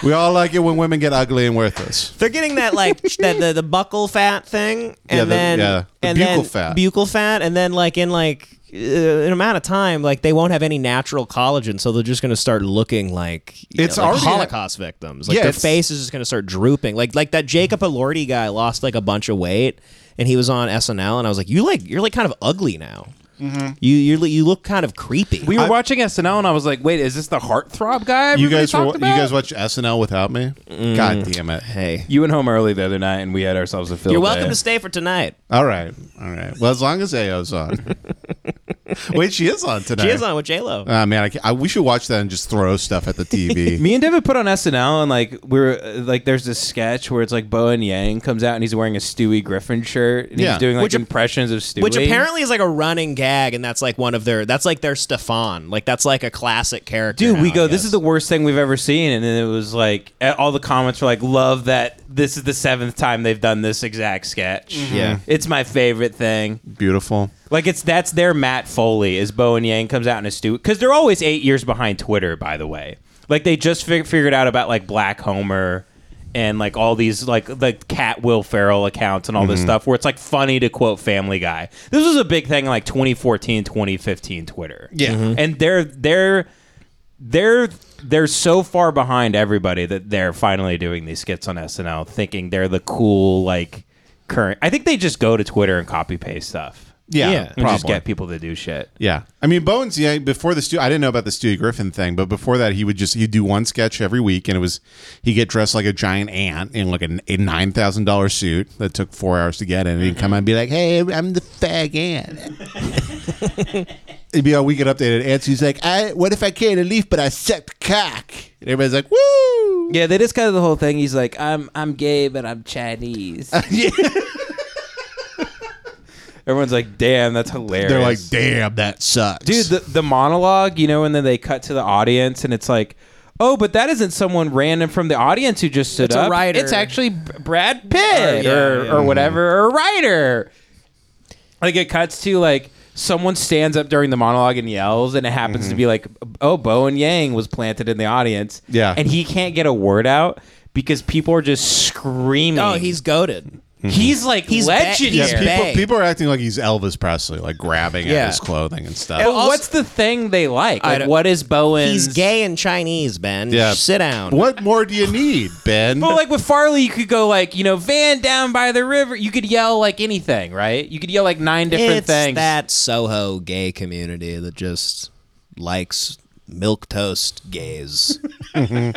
We all like it when women get ugly and worthless.
they're getting that like sh- that the, the buckle fat thing, and
Yeah, the-
then
yeah, the
and then
buccal fat.
buccal fat, and then like in like uh, an amount of time, like they won't have any natural collagen, so they're just gonna start looking like you
It's
know, like
already-
Holocaust victims. Like
Yeah,
their
it's-
face is just gonna start drooping. Like like that Jacob Elordi guy lost like a bunch of weight, and he was on SNL, and I was like, you like you're like kind of ugly now. You you you look kind of creepy.
we were watching SNL, and I was like, "Wait, is this the heartthrob guy?"
You
everybody
guys were,
talked
you
about?
guys watch SNL without me? God damn it!
Mm. hey,
You went home early the other night, and we had ourselves a film.
you're welcome to stay for tonight.
All right, all right. Well, as long as Ao's on. Wait, she is on tonight.
She is on with J Lo.
Ah, man, I, ca- I, we should watch that and just throw stuff at the TV.
Me and David put on SNL and like we were uh, like there's this sketch where it's like Bowen Yang comes out and he's wearing a Stewie Griffin shirt and
Yeah.
he's doing like
Which ap-
impressions of Stewie.
which apparently is like a running gag, and that's like one of their that's like their Stefan, like that's like a classic character.
Dude,
now,
we
I
go. This
guess.
is the worst thing we've ever seen, and then it was like a- all the comments were like, "Love that this is the seventh time they've done this exact sketch."
Yeah.
it's my favorite thing.
Mm. Beautiful.
Like it's that's their Matt Foley is Bowen Yang comes out in a stew because they're always eight years behind Twitter. By the way, like they just fig- figured out about like Black Homer and like all these like like cat Will Ferrell accounts and all
Mm-hmm.
this stuff where it's like funny to quote Family Guy. This was a big thing in like 2014, 2015 Twitter.
Yeah. Mhm.
and they're they're they're they're so far behind everybody that they're finally doing these skits on SNL, thinking they're the cool like current. I think they just go to Twitter and copy paste stuff.
Yeah,
and just
probably.
get people to do shit.
Yeah, I mean Bones. Yeah, before the Stu, I didn't know about the Stewie Griffin thing, but before that, he would just he'd do one sketch every week, and it was he would get dressed like a giant ant in like an- a nine thousand dollar suit that took four hours to get, in, and he'd come out and be like, "Hey, I'm the fag ant." It'd be all we get updated. And He's like, "I what if I can't a leaf, but I sucked cock?" And everybody's like, "Woo!"
Yeah, that is kind of the whole thing. He's like, I'm I'm gay, but I'm Chinese.
Everyone's like, "Damn, that's hilarious."
They're like, "Damn, that sucks,
dude the, the monologue you know and then they cut to the audience and it's like oh but that isn't someone random from the audience who just stood
It's a
up
writer."
it's actually B- brad pitt
yeah,
or, or whatever or a writer like it cuts to like someone stands up during the monologue and yells and it happens to be like oh bo and yang was planted in the audience
Yeah.
and he can't get a word out because people are just screaming
Oh, he's goaded.
he's like
He's ba-
legendary
he's
Yeah, people,
bang.
people are acting like he's Elvis Presley, like grabbing at
Yeah.
his clothing and stuff.
But
also-
what's the thing they like?
I
Like,
don't-
what is Bowen's?
He's gay and Chinese, Ben.
Yeah.
Sit down.
What more do you need, Ben?
But like with Farley, you could go like you know van down by the river. You could yell like anything, right? You could yell like nine different
it's
things.
that Soho gay community that just likes milk toast gays.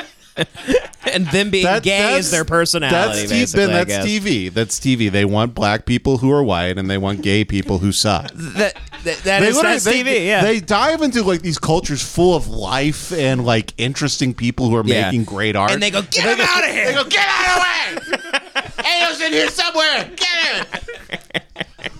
and them being
That-
gay
that's-
is their personality.
T-
basically, I
then that's
guess.
TV. That's TV. They want black people who are white and they want gay people who suck.
That, that, that
They
is
literally-
that's
they-
TV. yeah,
They dive into like these cultures full of life and like interesting people who are
Yeah.
making great art.
and they go get him out of here.
They go, get out of the way! Al's in here somewhere! Get him!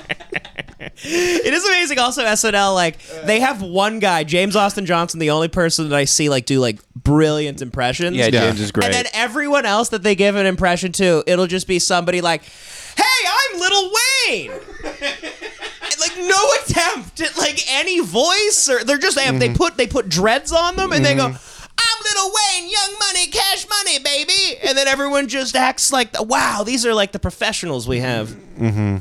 It is amazing. Also, SNL like they have one guy, James Austin Johnson, the only person that I see like do like brilliant impressions.
yeah,
Yeah.
James is great.
And then everyone else that they give an impression to, it'll just be somebody like, "Hey, I'm Little Wayne." And, like no attempt at like any voice or they're just they, have,
Mm-hmm.
they put they put dreads on them and they go, "I'm Little Wayne, Young Money, Cash Money, baby." And then everyone just acts like, "Wow, these are like the professionals we have."
Yeah,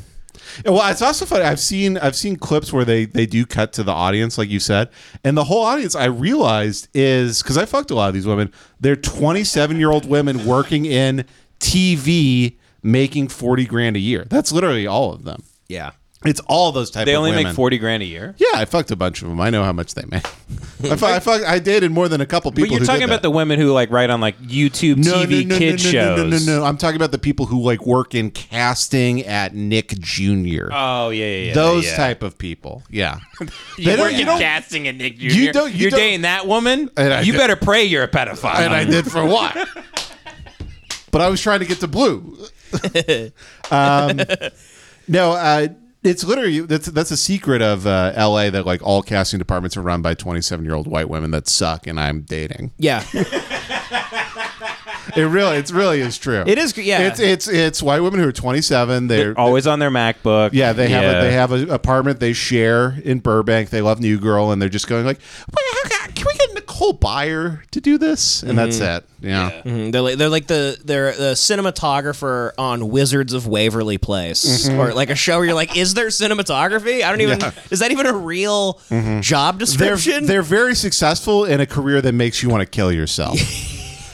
Well, it's also funny. I've seen I've seen clips where they they do cut to the audience, like you said, and the whole audience. I realized is because I fucked a lot of these women. They're twenty seven year old women working in TV, making forty grand a year. That's literally all of them.
Yeah.
It's all those type.
they
of
only
women.
make forty grand a year.
Yeah, I fucked a bunch of them. I know how much they make. I, fu- I, fucked, I dated more than a couple people.
But you're
who
talking
did
about
that.
the women who like write on like YouTube TV kid
no,
shows.
No, no, no, no. I'm talking about the people who like work in casting at Nick Jr.
Oh yeah, yeah, yeah
those
yeah.
type of people. Yeah.
You
They don't-
work
you
in
don't-
casting and Nick Jr.
You don't- you
are
don't-
dating that woman.
And I
You
did.
better pray you're a pedophile.
and I did for what? but I was trying to get to blue. um, no, uh, it's literally that's that's a secret of uh, L.A. that like all casting departments are run by twenty seven year old white women that suck, and I'm dating.
Yeah.
It really, it's really is true.
It is, yeah.
It's it's it's white women who are twenty seven. They're
They're always on their MacBook.
Yeah, they have a, they have an apartment they share in Burbank. They love New Girl, and they're just going like, "Wait, how ca- can we get Nicole Byer to do this?" And that's it. Mm-hmm. Yeah, yeah.
Mm-hmm. They're like they're like the they're the cinematographer on Wizards of Waverly Place or like a show where you're like, is there cinematography? I don't even. Is that even a real job
They're
description?
they're very successful in a career that makes you want to kill yourself.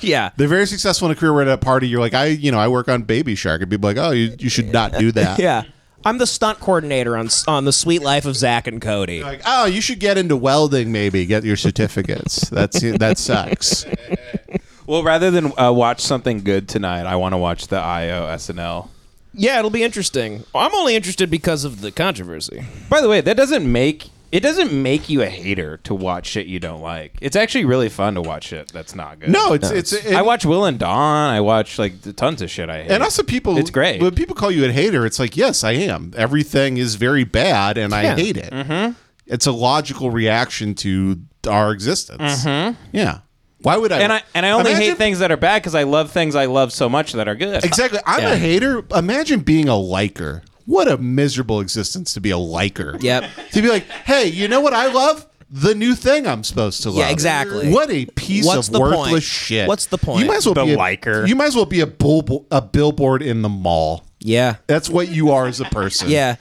yeah.
they're very successful in a career where at a party you're like, I you know I work on Baby Shark, and people are like, oh, you, you should not do that.
yeah. I'm the stunt coordinator on on the Sweet Life of Zach and Cody.
Like, oh, you should get into welding, maybe get your certificates. That's that sucks.
Well, rather than uh, watch something good tonight, I want to watch the IO SNL.
Yeah, it'll be interesting. I'm only interested because of the controversy.
By the way, that doesn't make it doesn't make you a hater to watch shit you don't like. It's actually really fun to watch shit that's not good.
No, it's it's. it-
I watch Will and Dawn. I watch like the tons of shit I hate.
And also, people.
It's great.
When people call you a hater, it's like, yes, I am. Everything is very bad, and I hate it. Mm-hmm. It's a logical reaction to our existence. Mm-hmm. Yeah. Why would I?
and I and I only
Imagine-
hate things that are bad because I love things I love so much that are good.
Exactly. I'm a hater. Imagine being a liker. What a miserable existence to be a liker.
Yep.
To be like, hey, you know what I love? the new thing I'm supposed to love.
exactly.
What a piece
What's
of
the
worthless
point?
shit.
What's the point?
You might as well
The
be a,
liker.
You might as well be a bull, a billboard in the mall.
Yeah.
That's what you are as a person.
Yeah.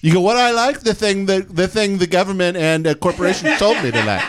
You go. What I like the thing that the thing the government and uh, corporations told me to like.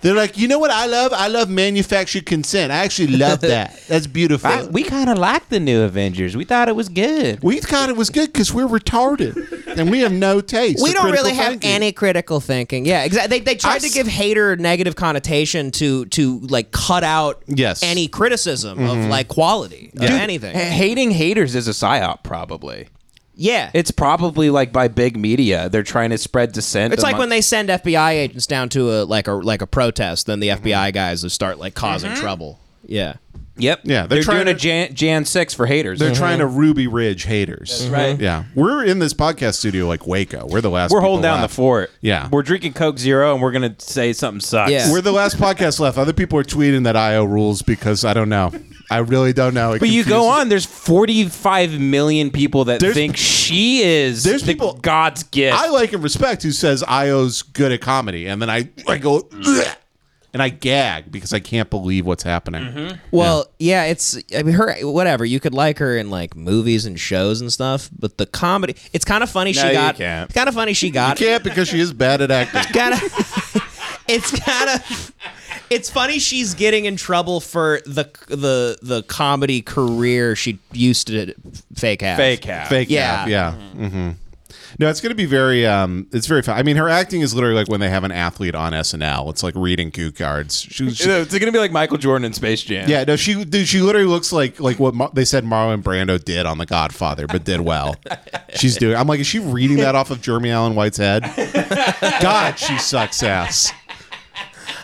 They're like, you know what I love? I love manufactured consent. I actually love that. That's beautiful.
I- we kind of liked the new Avengers. We thought it was good.
we thought it was good because we're retarded and we have no taste.
we
of
don't
critical
really have
thinking.
any critical thinking. Yeah, exactly. They, they tried
I've
to
s-
give hater negative connotation to to like cut out
Yes.
any criticism of like quality of anything.
H- hating haters is a psyop, probably.
yeah,
It's probably like by big media. They're trying to spread dissent.
It's like
among-
when they send FBI agents down to a like a like a protest, then the FBI guys just start like causing trouble. Yeah.
Yep.
Yeah, they're
They're,
trying
doing a Uh-huh.
to-
Jan, Jan 6 for haters.
They're trying to Ruby Ridge haters. right. Yeah. We're in this podcast studio like Waco. We're the last.
We're
people
holding down
left.
the fort.
Yeah.
We're drinking Coke Zero and we're going to say something sucks.
Yeah.
We're the last podcast left. Other people are tweeting that IO rules because I don't know. I really don't know. It
But you go
confuses-
on, there's 45 million people that
There's-
think she is
there's
the
people-
God's gift.
I like and respect who says IO's good at comedy, and then I I go "Ugh," and I gag because I can't believe what's happening.
Mm-hmm.
Well, yeah, it's I mean her whatever. You could like her in like movies and shows and stuff, but the comedy it's kind of funny
No,
she
you
got
can't.
kind of funny she
I
got
can't because she is bad at acting.
kind of it's kind of it's funny she's getting in trouble for the the the comedy career she used to fake have.
fake half.
Fake
Yeah. Mm-hmm.
yeah, yeah. hmm No, it's going to be very. Um, it's very fun. I mean, her acting is literally like when they have an athlete on SNL. It's like reading cue cards. She, she,
It's going to be like Michael Jordan in Space Jam.
Yeah, no, she dude, she literally looks like like what Mar- they said Marlon Brando did on The Godfather, but did well. She's doing. I'm like, is she reading that off of Jeremy Allen White's head? God, she sucks ass.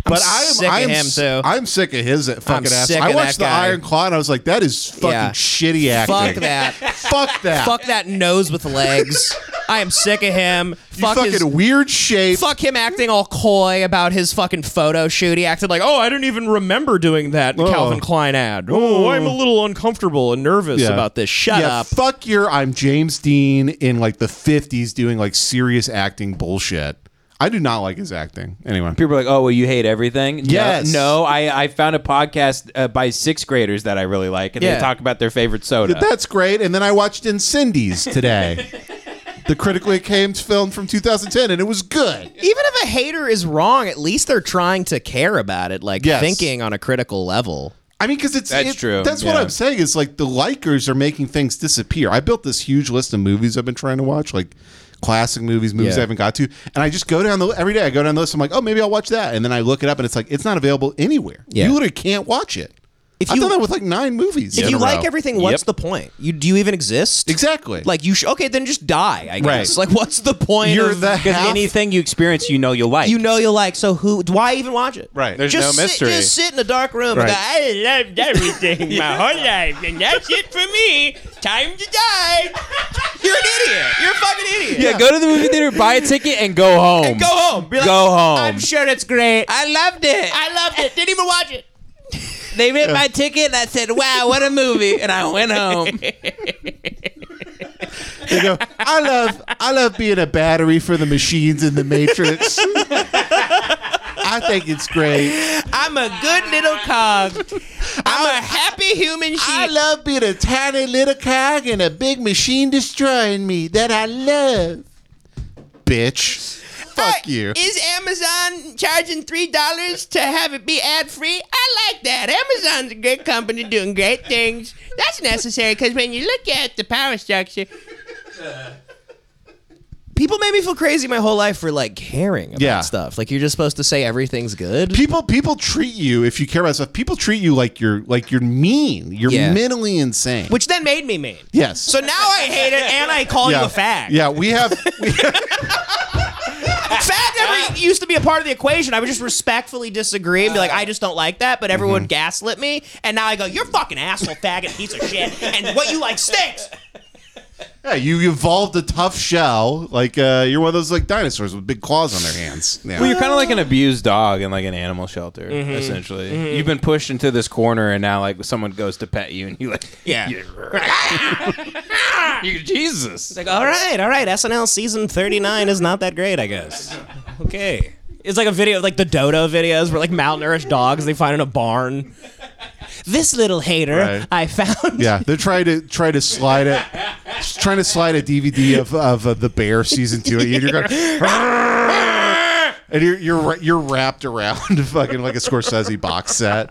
But I am,
sick of
I am,
him,
s-
too.
I'm sick of his fucking ass.
sick
I
of
watched the
that guy.
Iron Claw and I was like, that is fucking
Yeah.
shitty acting.
Fuck that.
Fuck that.
Fuck that nose with legs. I am sick of him.
You
Fuck
fucking
his,
weird shape.
fuck him acting all coy about his fucking photo shoot. He acted like, oh, I didn't even remember doing that
Oh.
Calvin Klein ad. Oh, I'm a little uncomfortable and nervous
Yeah.
about this. Shut
yeah,
up.
fuck your I'm James Dean in like the 50s doing like serious acting bullshit. I do not like his acting. Anyway.
People are like, oh, well, you hate everything? No-
Yes.
No, I, I found a podcast uh, by sixth graders that I really like, and
Yeah.
they talk about their favorite soda.
Th- That's great. And then I watched Incendies today, the critically acclaimed film from 2010, and it was good.
Even if a hater is wrong, at least they're trying to care about it, like
Yes.
thinking on a critical level.
I mean, because it's
That's
it-
true,
That's what
yeah.
I'm saying is like the likers are making things disappear. I built this huge list of movies I've been trying to watch, like classic movies, movies
Yeah.
I haven't got to, and I just go down the every day. I go down the list. I'm like, oh, maybe I'll watch that, and then I look it up, and it's like it's not available anywhere.
Yeah.
You literally can't watch it. If I've
you-
done that with like nine movies.
If
in
you
a
like
row.
everything, what's the point? You do you even exist?
exactly,
Like you sh- okay, then just die. I guess.
Right.
Like what's the point?
You're
of-
the
Because
half-
anything you experience, you know you'll like.
you know you'll like. So who? Why even watch it?
Right. There's
just
no
sit-
mystery.
just sit in a dark room.
Right.
And go, I loved everything my whole life, and that's it for me. Time to die. You're an idiot. You're a fucking idiot.
Yeah, go to the movie theater, buy a ticket, and go home.
Go home. Be like,
Go home.
I'm sure it's great. I loved it. I loved it. Didn't even watch it. They ripped my ticket, and I said, "Wow, what a movie!" And I went home.
They go, I love I love being a battery for the machines in the Matrix. I think it's great.
I'm a good little cog. I'm a happy human sheep.
I love being a tiny little cog and a big machine destroying me that I love. Bitch. Fuck you.
Is Amazon charging three dollars to have it be ad free? I like that. Amazon's a good company doing great things. That's necessary because when you look at the power structure, people made me feel crazy my whole life for like caring about
Yeah.
stuff. Like you're just supposed to say everything's good.
People people treat you if you care about stuff, people treat you like you're like you're mean. You're
Yeah.
mentally insane.
Which then made me mean.
yes.
So now I hate it and I call you a fag.
Yeah, we have we
Fag never e-, used to be a part of the equation. I would just respectfully disagree and be like,
Uh.
I just don't like that, but everyone
Mm-hmm.
gaslit me. And now I go, You're fucking asshole, faggot, piece of shit. And what you like stinks.
Yeah, you evolved a tough shell. Like uh, you're one of those like dinosaurs with big claws on their hands. Yeah.
Well, you're kind of like an abused dog in like an animal shelter, essentially. You've been pushed into this corner, and now like someone goes to pet you, and you like,
Yeah.
you Jesus.
It's like, all right, all right, SNL season 39 is not that great, I guess. Okay. It's like a video, like the dodo videos where like malnourished dogs they find in a barn. This little hater
Right.
I found.
yeah, they're trying to try to slide it, trying to slide a DVD of of uh, the Bear season two, and you're going, and you're you're wra- you're wrapped around fucking like a Scorsese box set.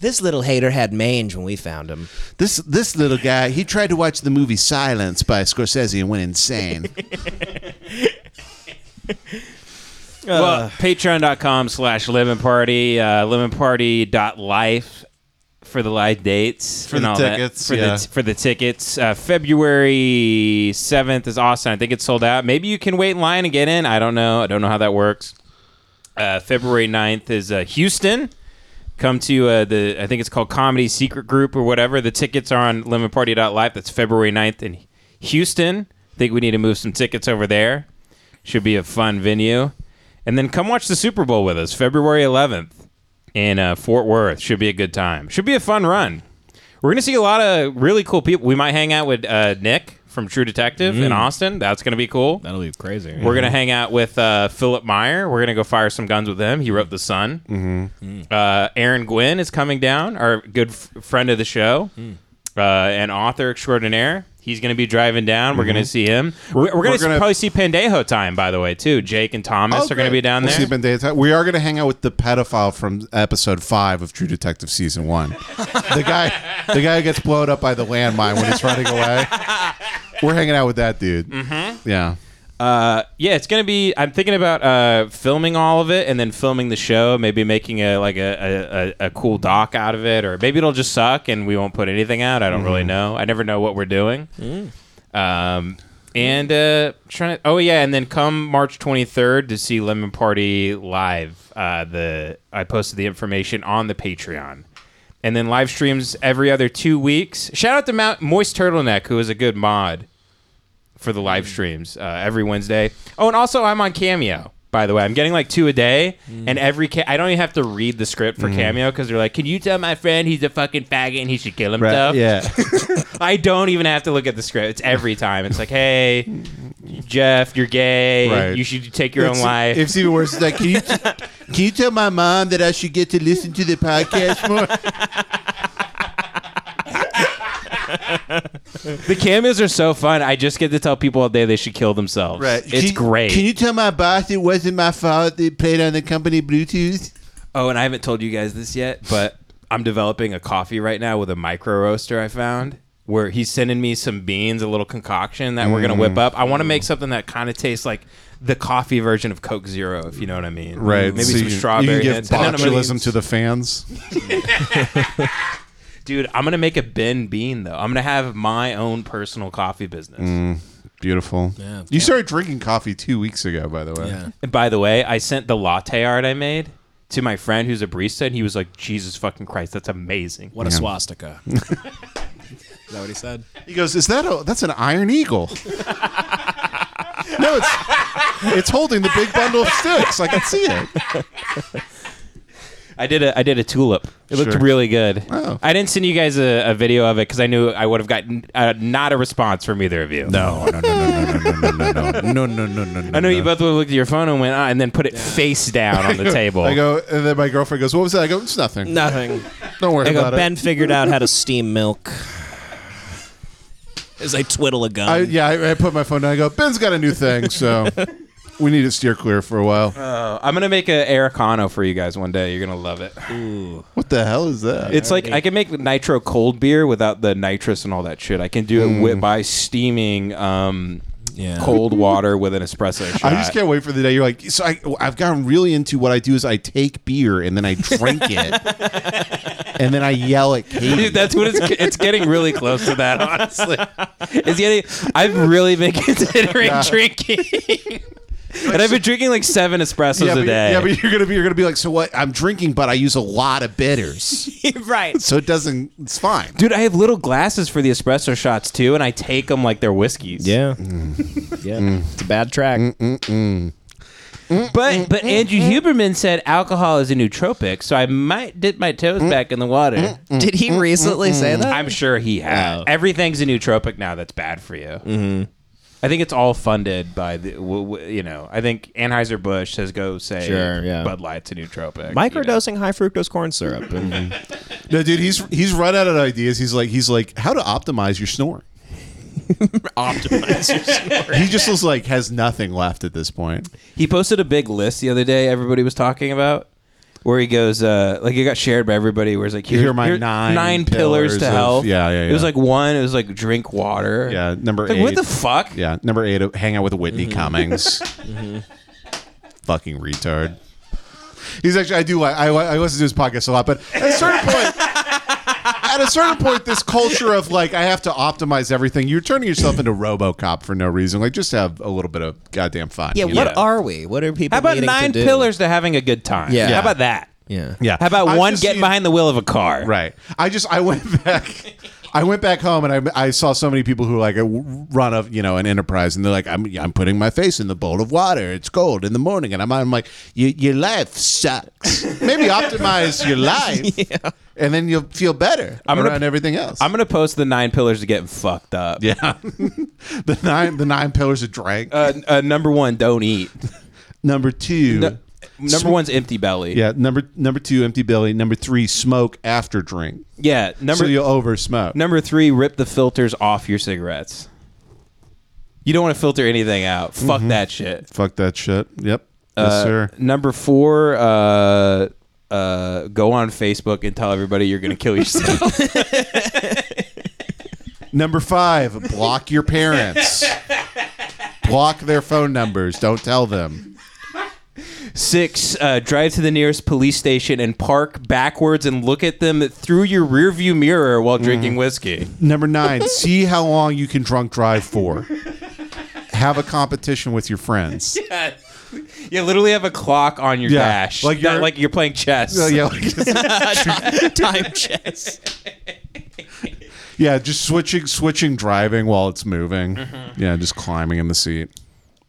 This little hater had mange when we found him.
This this little guy, he tried to watch the movie Silence by Scorsese and went insane.
Well,
Uh,
patreon.com slash lemon party, uh, lemonparty.life for the live dates. For
the
all that.
tickets,
For,
yeah.
the, for the tickets. Uh, February 7th is awesome. I think it's sold out. Maybe you can wait in line and get in. I don't know. I don't know how that works. Uh, February 9th is uh, Houston. Come to uh, the, I think it's called Comedy Secret Group or whatever. The tickets are on lemonparty.life. That's February 9th in Houston. I think we need to move some tickets over there. Should be a fun venue. And then come watch the Super Bowl with us February 11th in uh, Fort Worth. Should be a good time. Should be a fun run. We're going to see a lot of really cool people. We might hang out with uh, Nick from True Detective in Austin. That's going to be cool.
That'll be crazy.
We're gonna hang out with uh, Philip Meyer. We're gonna go fire some guns with him. He wrote The Sun. Uh, Aaron Gwynn is coming down, our good f- friend of the show, uh, an author extraordinaire. He's gonna be driving down. We're gonna see him. We're, we're, gonna
we're gonna-
probably see Pendejo time, by the way, too. Jake and Thomas are gonna be down
Oh, We'll
there.
see if Bandai- we are going to hang out with the pedophile from episode five of True Detective season one. the guy, the guy who gets blown up by the landmine when he's running away. We're hanging out with that dude. Mm-hmm. Yeah.
yeah, it's gonna be. I'm thinking about uh, filming all of it and then filming the show. Maybe making a like a, a, a, a cool doc out of it, or maybe it'll just suck and we won't put anything out. I don't really know. I never know what we're doing. Um, and uh, trying to. Oh yeah, and then come March 23rd to see Lemon Party live. Uh, the I posted the information on the Patreon. And then live streams every other two weeks. Shout out to Mount Moist Turtleneck, who is a good mod for the live streams uh, every Wednesday. Oh, and also I'm on Cameo. By the way, I'm getting like two a day, and every ca- I don't even have to read the script for Cameo because they're like, "Can you tell my friend he's a fucking faggot and he should kill himself?"
Yeah.
I don't even have to look at the script. It's every time. It's like, "Hey, Jeff, you're gay.
Right.
You should take your own life."
It's even worse. It's like, can you, can you tell my mom that I should get to listen to the podcast more?
the cameos are so fun. I just get to tell people all day they should kill themselves. It's
Can-
great.
Can you tell my boss it wasn't my fault they played on the company Bluetooth?
Oh, and I haven't told you guys this yet, but I'm developing a coffee right now with a micro roaster I found where he's sending me some beans, a little concoction that we're going to
Mm.
whip up. I want to make something that kind of tastes like the coffee version of Coke Zero, if you know what I mean. Maybe some strawberry hints. And then I'm gonna-
the fans.
Dude, I'm going to make a Ben bean, though. I'm going to have my own personal coffee business.
Mm. Beautiful. You started drinking coffee two weeks ago, by the way.
And by the way, I sent the latte art I made to my friend who's a barista, and he was like, Jesus fucking Christ, that's amazing.
What a swastika. is that what he said?
He goes, "Is that a? That's an iron eagle." no, it's it's holding the big bundle of sticks. I can see it.
I did a I did a tulip. It looked
Sure. Oh.
really good.
Wow.
I didn't send you guys a, a video of it because I knew I would have gotten uh, not a response from either of you.
No, no, no, no, no, no, no, no, no, no, no, no.
I know you both would have looked at your phone and went ah, and then put it face down on the table.
I go, and then my girlfriend goes, "What was that?" I go, "It's nothing.
Nothing.
Don't worry
I go,
about
Ben
it."
figured out how to steam milk. As I twiddle a gun.
I, yeah, I, I put my phone down. I go, "Ben's got a new thing, so we need to steer clear for a while."
Uh,
I'm gonna make a Americano for you guys one day. You're gonna love it.
what the hell is that?
It's like I can make nitro cold beer without the nitrous and all that shit. I can do it wi- by steaming um,
Yeah.
cold water with an espresso shot.
I just can't wait for the day you're like. So I, I've gotten really into what I do is I take beer and then I drink it, and then I yell at Katie.
Dude, that's what it's. It's getting really close to that. Honestly, it's getting. I've really been considering drinking. and I've been drinking like seven espressos
yeah,
a
but,
day.
yeah, but you're gonna be you're gonna be like, so what? I'm drinking, but I use a lot of bitters,
right.
so it doesn't. It's fine.
Dude, I have little glasses for the espresso shots too, and I take them like they're whiskeys.
Yeah. Yeah. It's a bad track.
But but Andrew Huberman said alcohol is a nootropic, so I might dip my toes back in the water.
Did he recently say that?
I'm sure he has.
Oh.
Everything's a nootropic now that's bad for you. Mm-hmm. I think it's all funded by the w- w- you know. I think Anheuser Busch says go say
Sure, yeah.
Bud Light's a nootropic.
Microdosing high fructose corn syrup. And
No, dude, he's he's run out of ideas. He's like he's like how to optimize your snoring. optimize. he just looks like has nothing left at this point.
He posted a big list the other day. Everybody was talking about where he goes. Uh, like it got shared by everybody. Where it's like
Here are my nine
pillars,
pillars
to
of-
health.
yeah, yeah,
It was
yeah.
like one. It was like drink water.
Yeah, number
Like
eight.
what the fuck?
yeah, number eight. uh, Hang out with Whitney Cummings. Fucking retard. He's actually. I do. like- I I listen to his podcast a lot, but at a certain point. At a certain point, this culture of like I have to optimize everything, you're turning yourself into RoboCop for no reason. Like, just have a little bit of goddamn fun.
yeah,
you
what
know?
are we? What are people
How about
needing to
nine
do?
pillars to having a good time?
Yeah.
How about that?
Yeah.
Yeah.
How about
I've
one
just
get
seen-
behind the wheel of a car?
Right. I just I went back. I went back home and I, I saw so many people who like run of you know an enterprise and they're like I'm I'm putting my face in the bowl of water. It's cold in the morning and I'm I'm like your your life sucks. Maybe optimize your life and then you'll feel better
I'm
I'm
gonna-
around everything else.
I'm gonna post the nine pillars to getting fucked up.
yeah. the nine the nine pillars of drink.
Uh, uh, number one, don't eat.
number two.
No, number one's empty belly.
yeah. Number number two empty belly. Number three smoke after drink.
Yeah. Number
so you'll over smoke.
Number three, rip the filters off your cigarettes. You don't want to filter anything out.
Mm-hmm.
Fuck that shit.
Fuck that shit. Yep.
Uh,
yes sir.
Number four, uh, uh, go on Facebook and tell everybody you're going to kill yourself.
Number five, block your parents. block their phone numbers. Don't tell them.
Six, uh, drive to the nearest police station and park backwards and look at them through your rearview mirror while
Mm-hmm.
drinking whiskey.
Number nine, see how long you can drunk drive for. Have a competition with your friends.
You literally have a clock on your
Yeah,
dash.
like
Like you're,
you're-
like you're playing chess.
Yeah, yeah, like-
Time chess.
yeah, just switching switching driving while it's moving. Yeah, just climbing in the seat.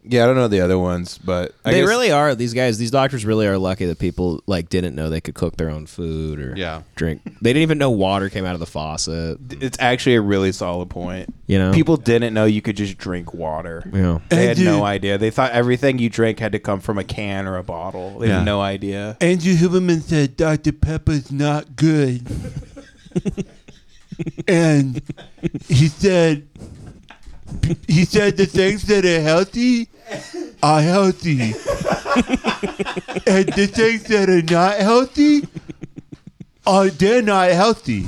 Yeah, I don't know the other ones, but I
they
guess-
really are. These guys, these doctors really are lucky that people like didn't know they could cook their own food or
Yeah.
drink. They didn't even know water came out of the faucet.
It's actually a really solid point.
You know?
people didn't know you could just drink water.
Yeah.
They
And
had
you-
no idea. They thought everything you drank had to come from a can or a bottle. They
Yeah.
had no idea.
Andrew Huberman said Dr. Pepper's not good. and he said he said the things that are healthy are healthy. and the things that are not healthy are they're not healthy.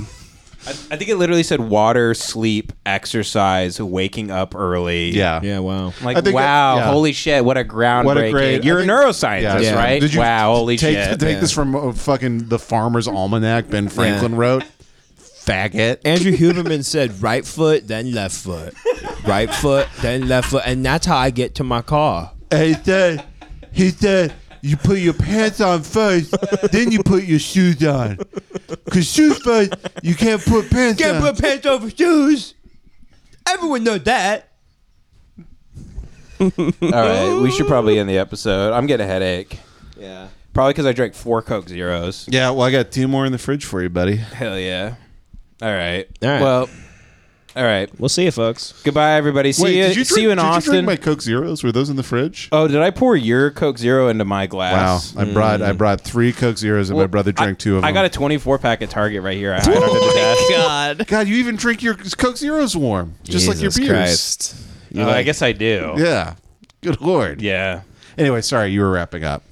I think it literally said water, sleep, exercise, waking up early.
Yeah, wow.
Like
I think that-
wow,
yeah.
holy shit! What a groundbreaking!
What a great-
You're
I
a
think-
neuroscientist,
Yeah.
right?
Did you
wow, holy
take,
shit!
Take this from uh, fucking the Farmer's Almanac Ben Franklin wrote. Faggot.
Andrew Huberman said right foot, then left foot. Right foot, then left foot. And that's how I get to my car.
And he said, he said, you put your pants on first, then you put your shoes on. Cause shoes first, you can't put pants on.
pants over shoes. Everyone knows that.
All right, we should probably end the episode. I'm getting a headache.
Yeah.
Probably because I drank four Coke Zeros.
yeah, well, I got two more in the fridge for you, buddy.
Hell yeah! All right.
All right.
Well. All right.
We'll see you, folks.
Goodbye, everybody. See you. see you in Austin.
my Coke Zeros? Were those in the fridge?
Oh, did I pour your Coke Zero into my
Wow,
glass?
I brought I brought three Coke Zeros, and my brother drank two of them.
I got a 24 pack at Target right here. I hide under the desk.
God.
God, you even drink your Coke Zeros warm, just like your beers.
Christ.
Uh, I guess I do.
Yeah, good lord.
Yeah.
Anyway, sorry, you were wrapping up.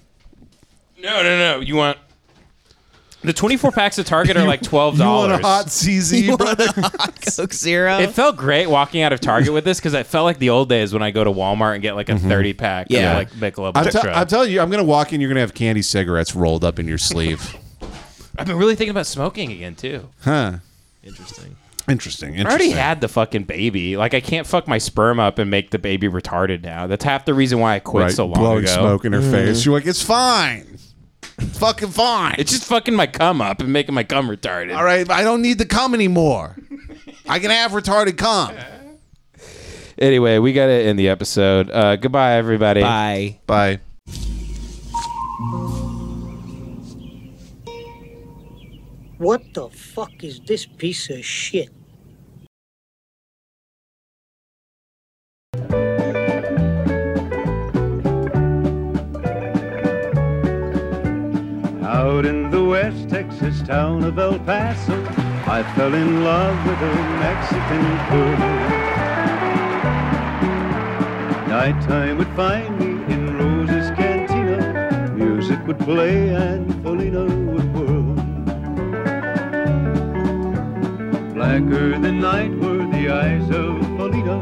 No, no, no. You want the 24 packs at Target are like twelve
You want a hot
dollars.
CZ, brother?
Coke Zero.
It felt great walking out of Target with this because I felt like the old days when I go to Walmart and get like a
Mm-hmm.
30 pack. of,
Yeah.
like Michelob
I'm, te-
Ultra.
I'm telling you, I'm gonna walk in. You're gonna have candy cigarettes rolled up in your sleeve.
I've been really thinking about smoking again too.
Huh.
Interesting.
Interesting. Interesting.
I already had the fucking baby. Like I can't fuck my sperm up and make the baby retarded now. That's half the reason why I quit
right,
so long
blowing
ago.
smoke in her face. You're like, it's fine. It's fucking fine.
It's just fucking my cum up and making my cum retarded.
all right. I don't need to come anymore. I can have retarded cum.
Anyway, we gotta end the episode. Uh, goodbye, everybody.
Bye.
Bye.
What the fuck is this piece of shit?
Out in the West Texas town of El Paso, I fell in love with a Mexican girl. Nighttime would find me in Rose's Cantina. Music would play and Felina would whirl. Blacker than night were the eyes of Felina,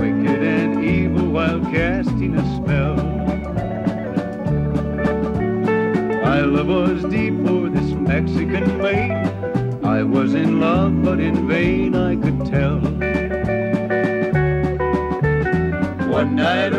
wicked and evil while casting a spell. My love was deep for this Mexican maid. I was in love, but in vain I could tell. One night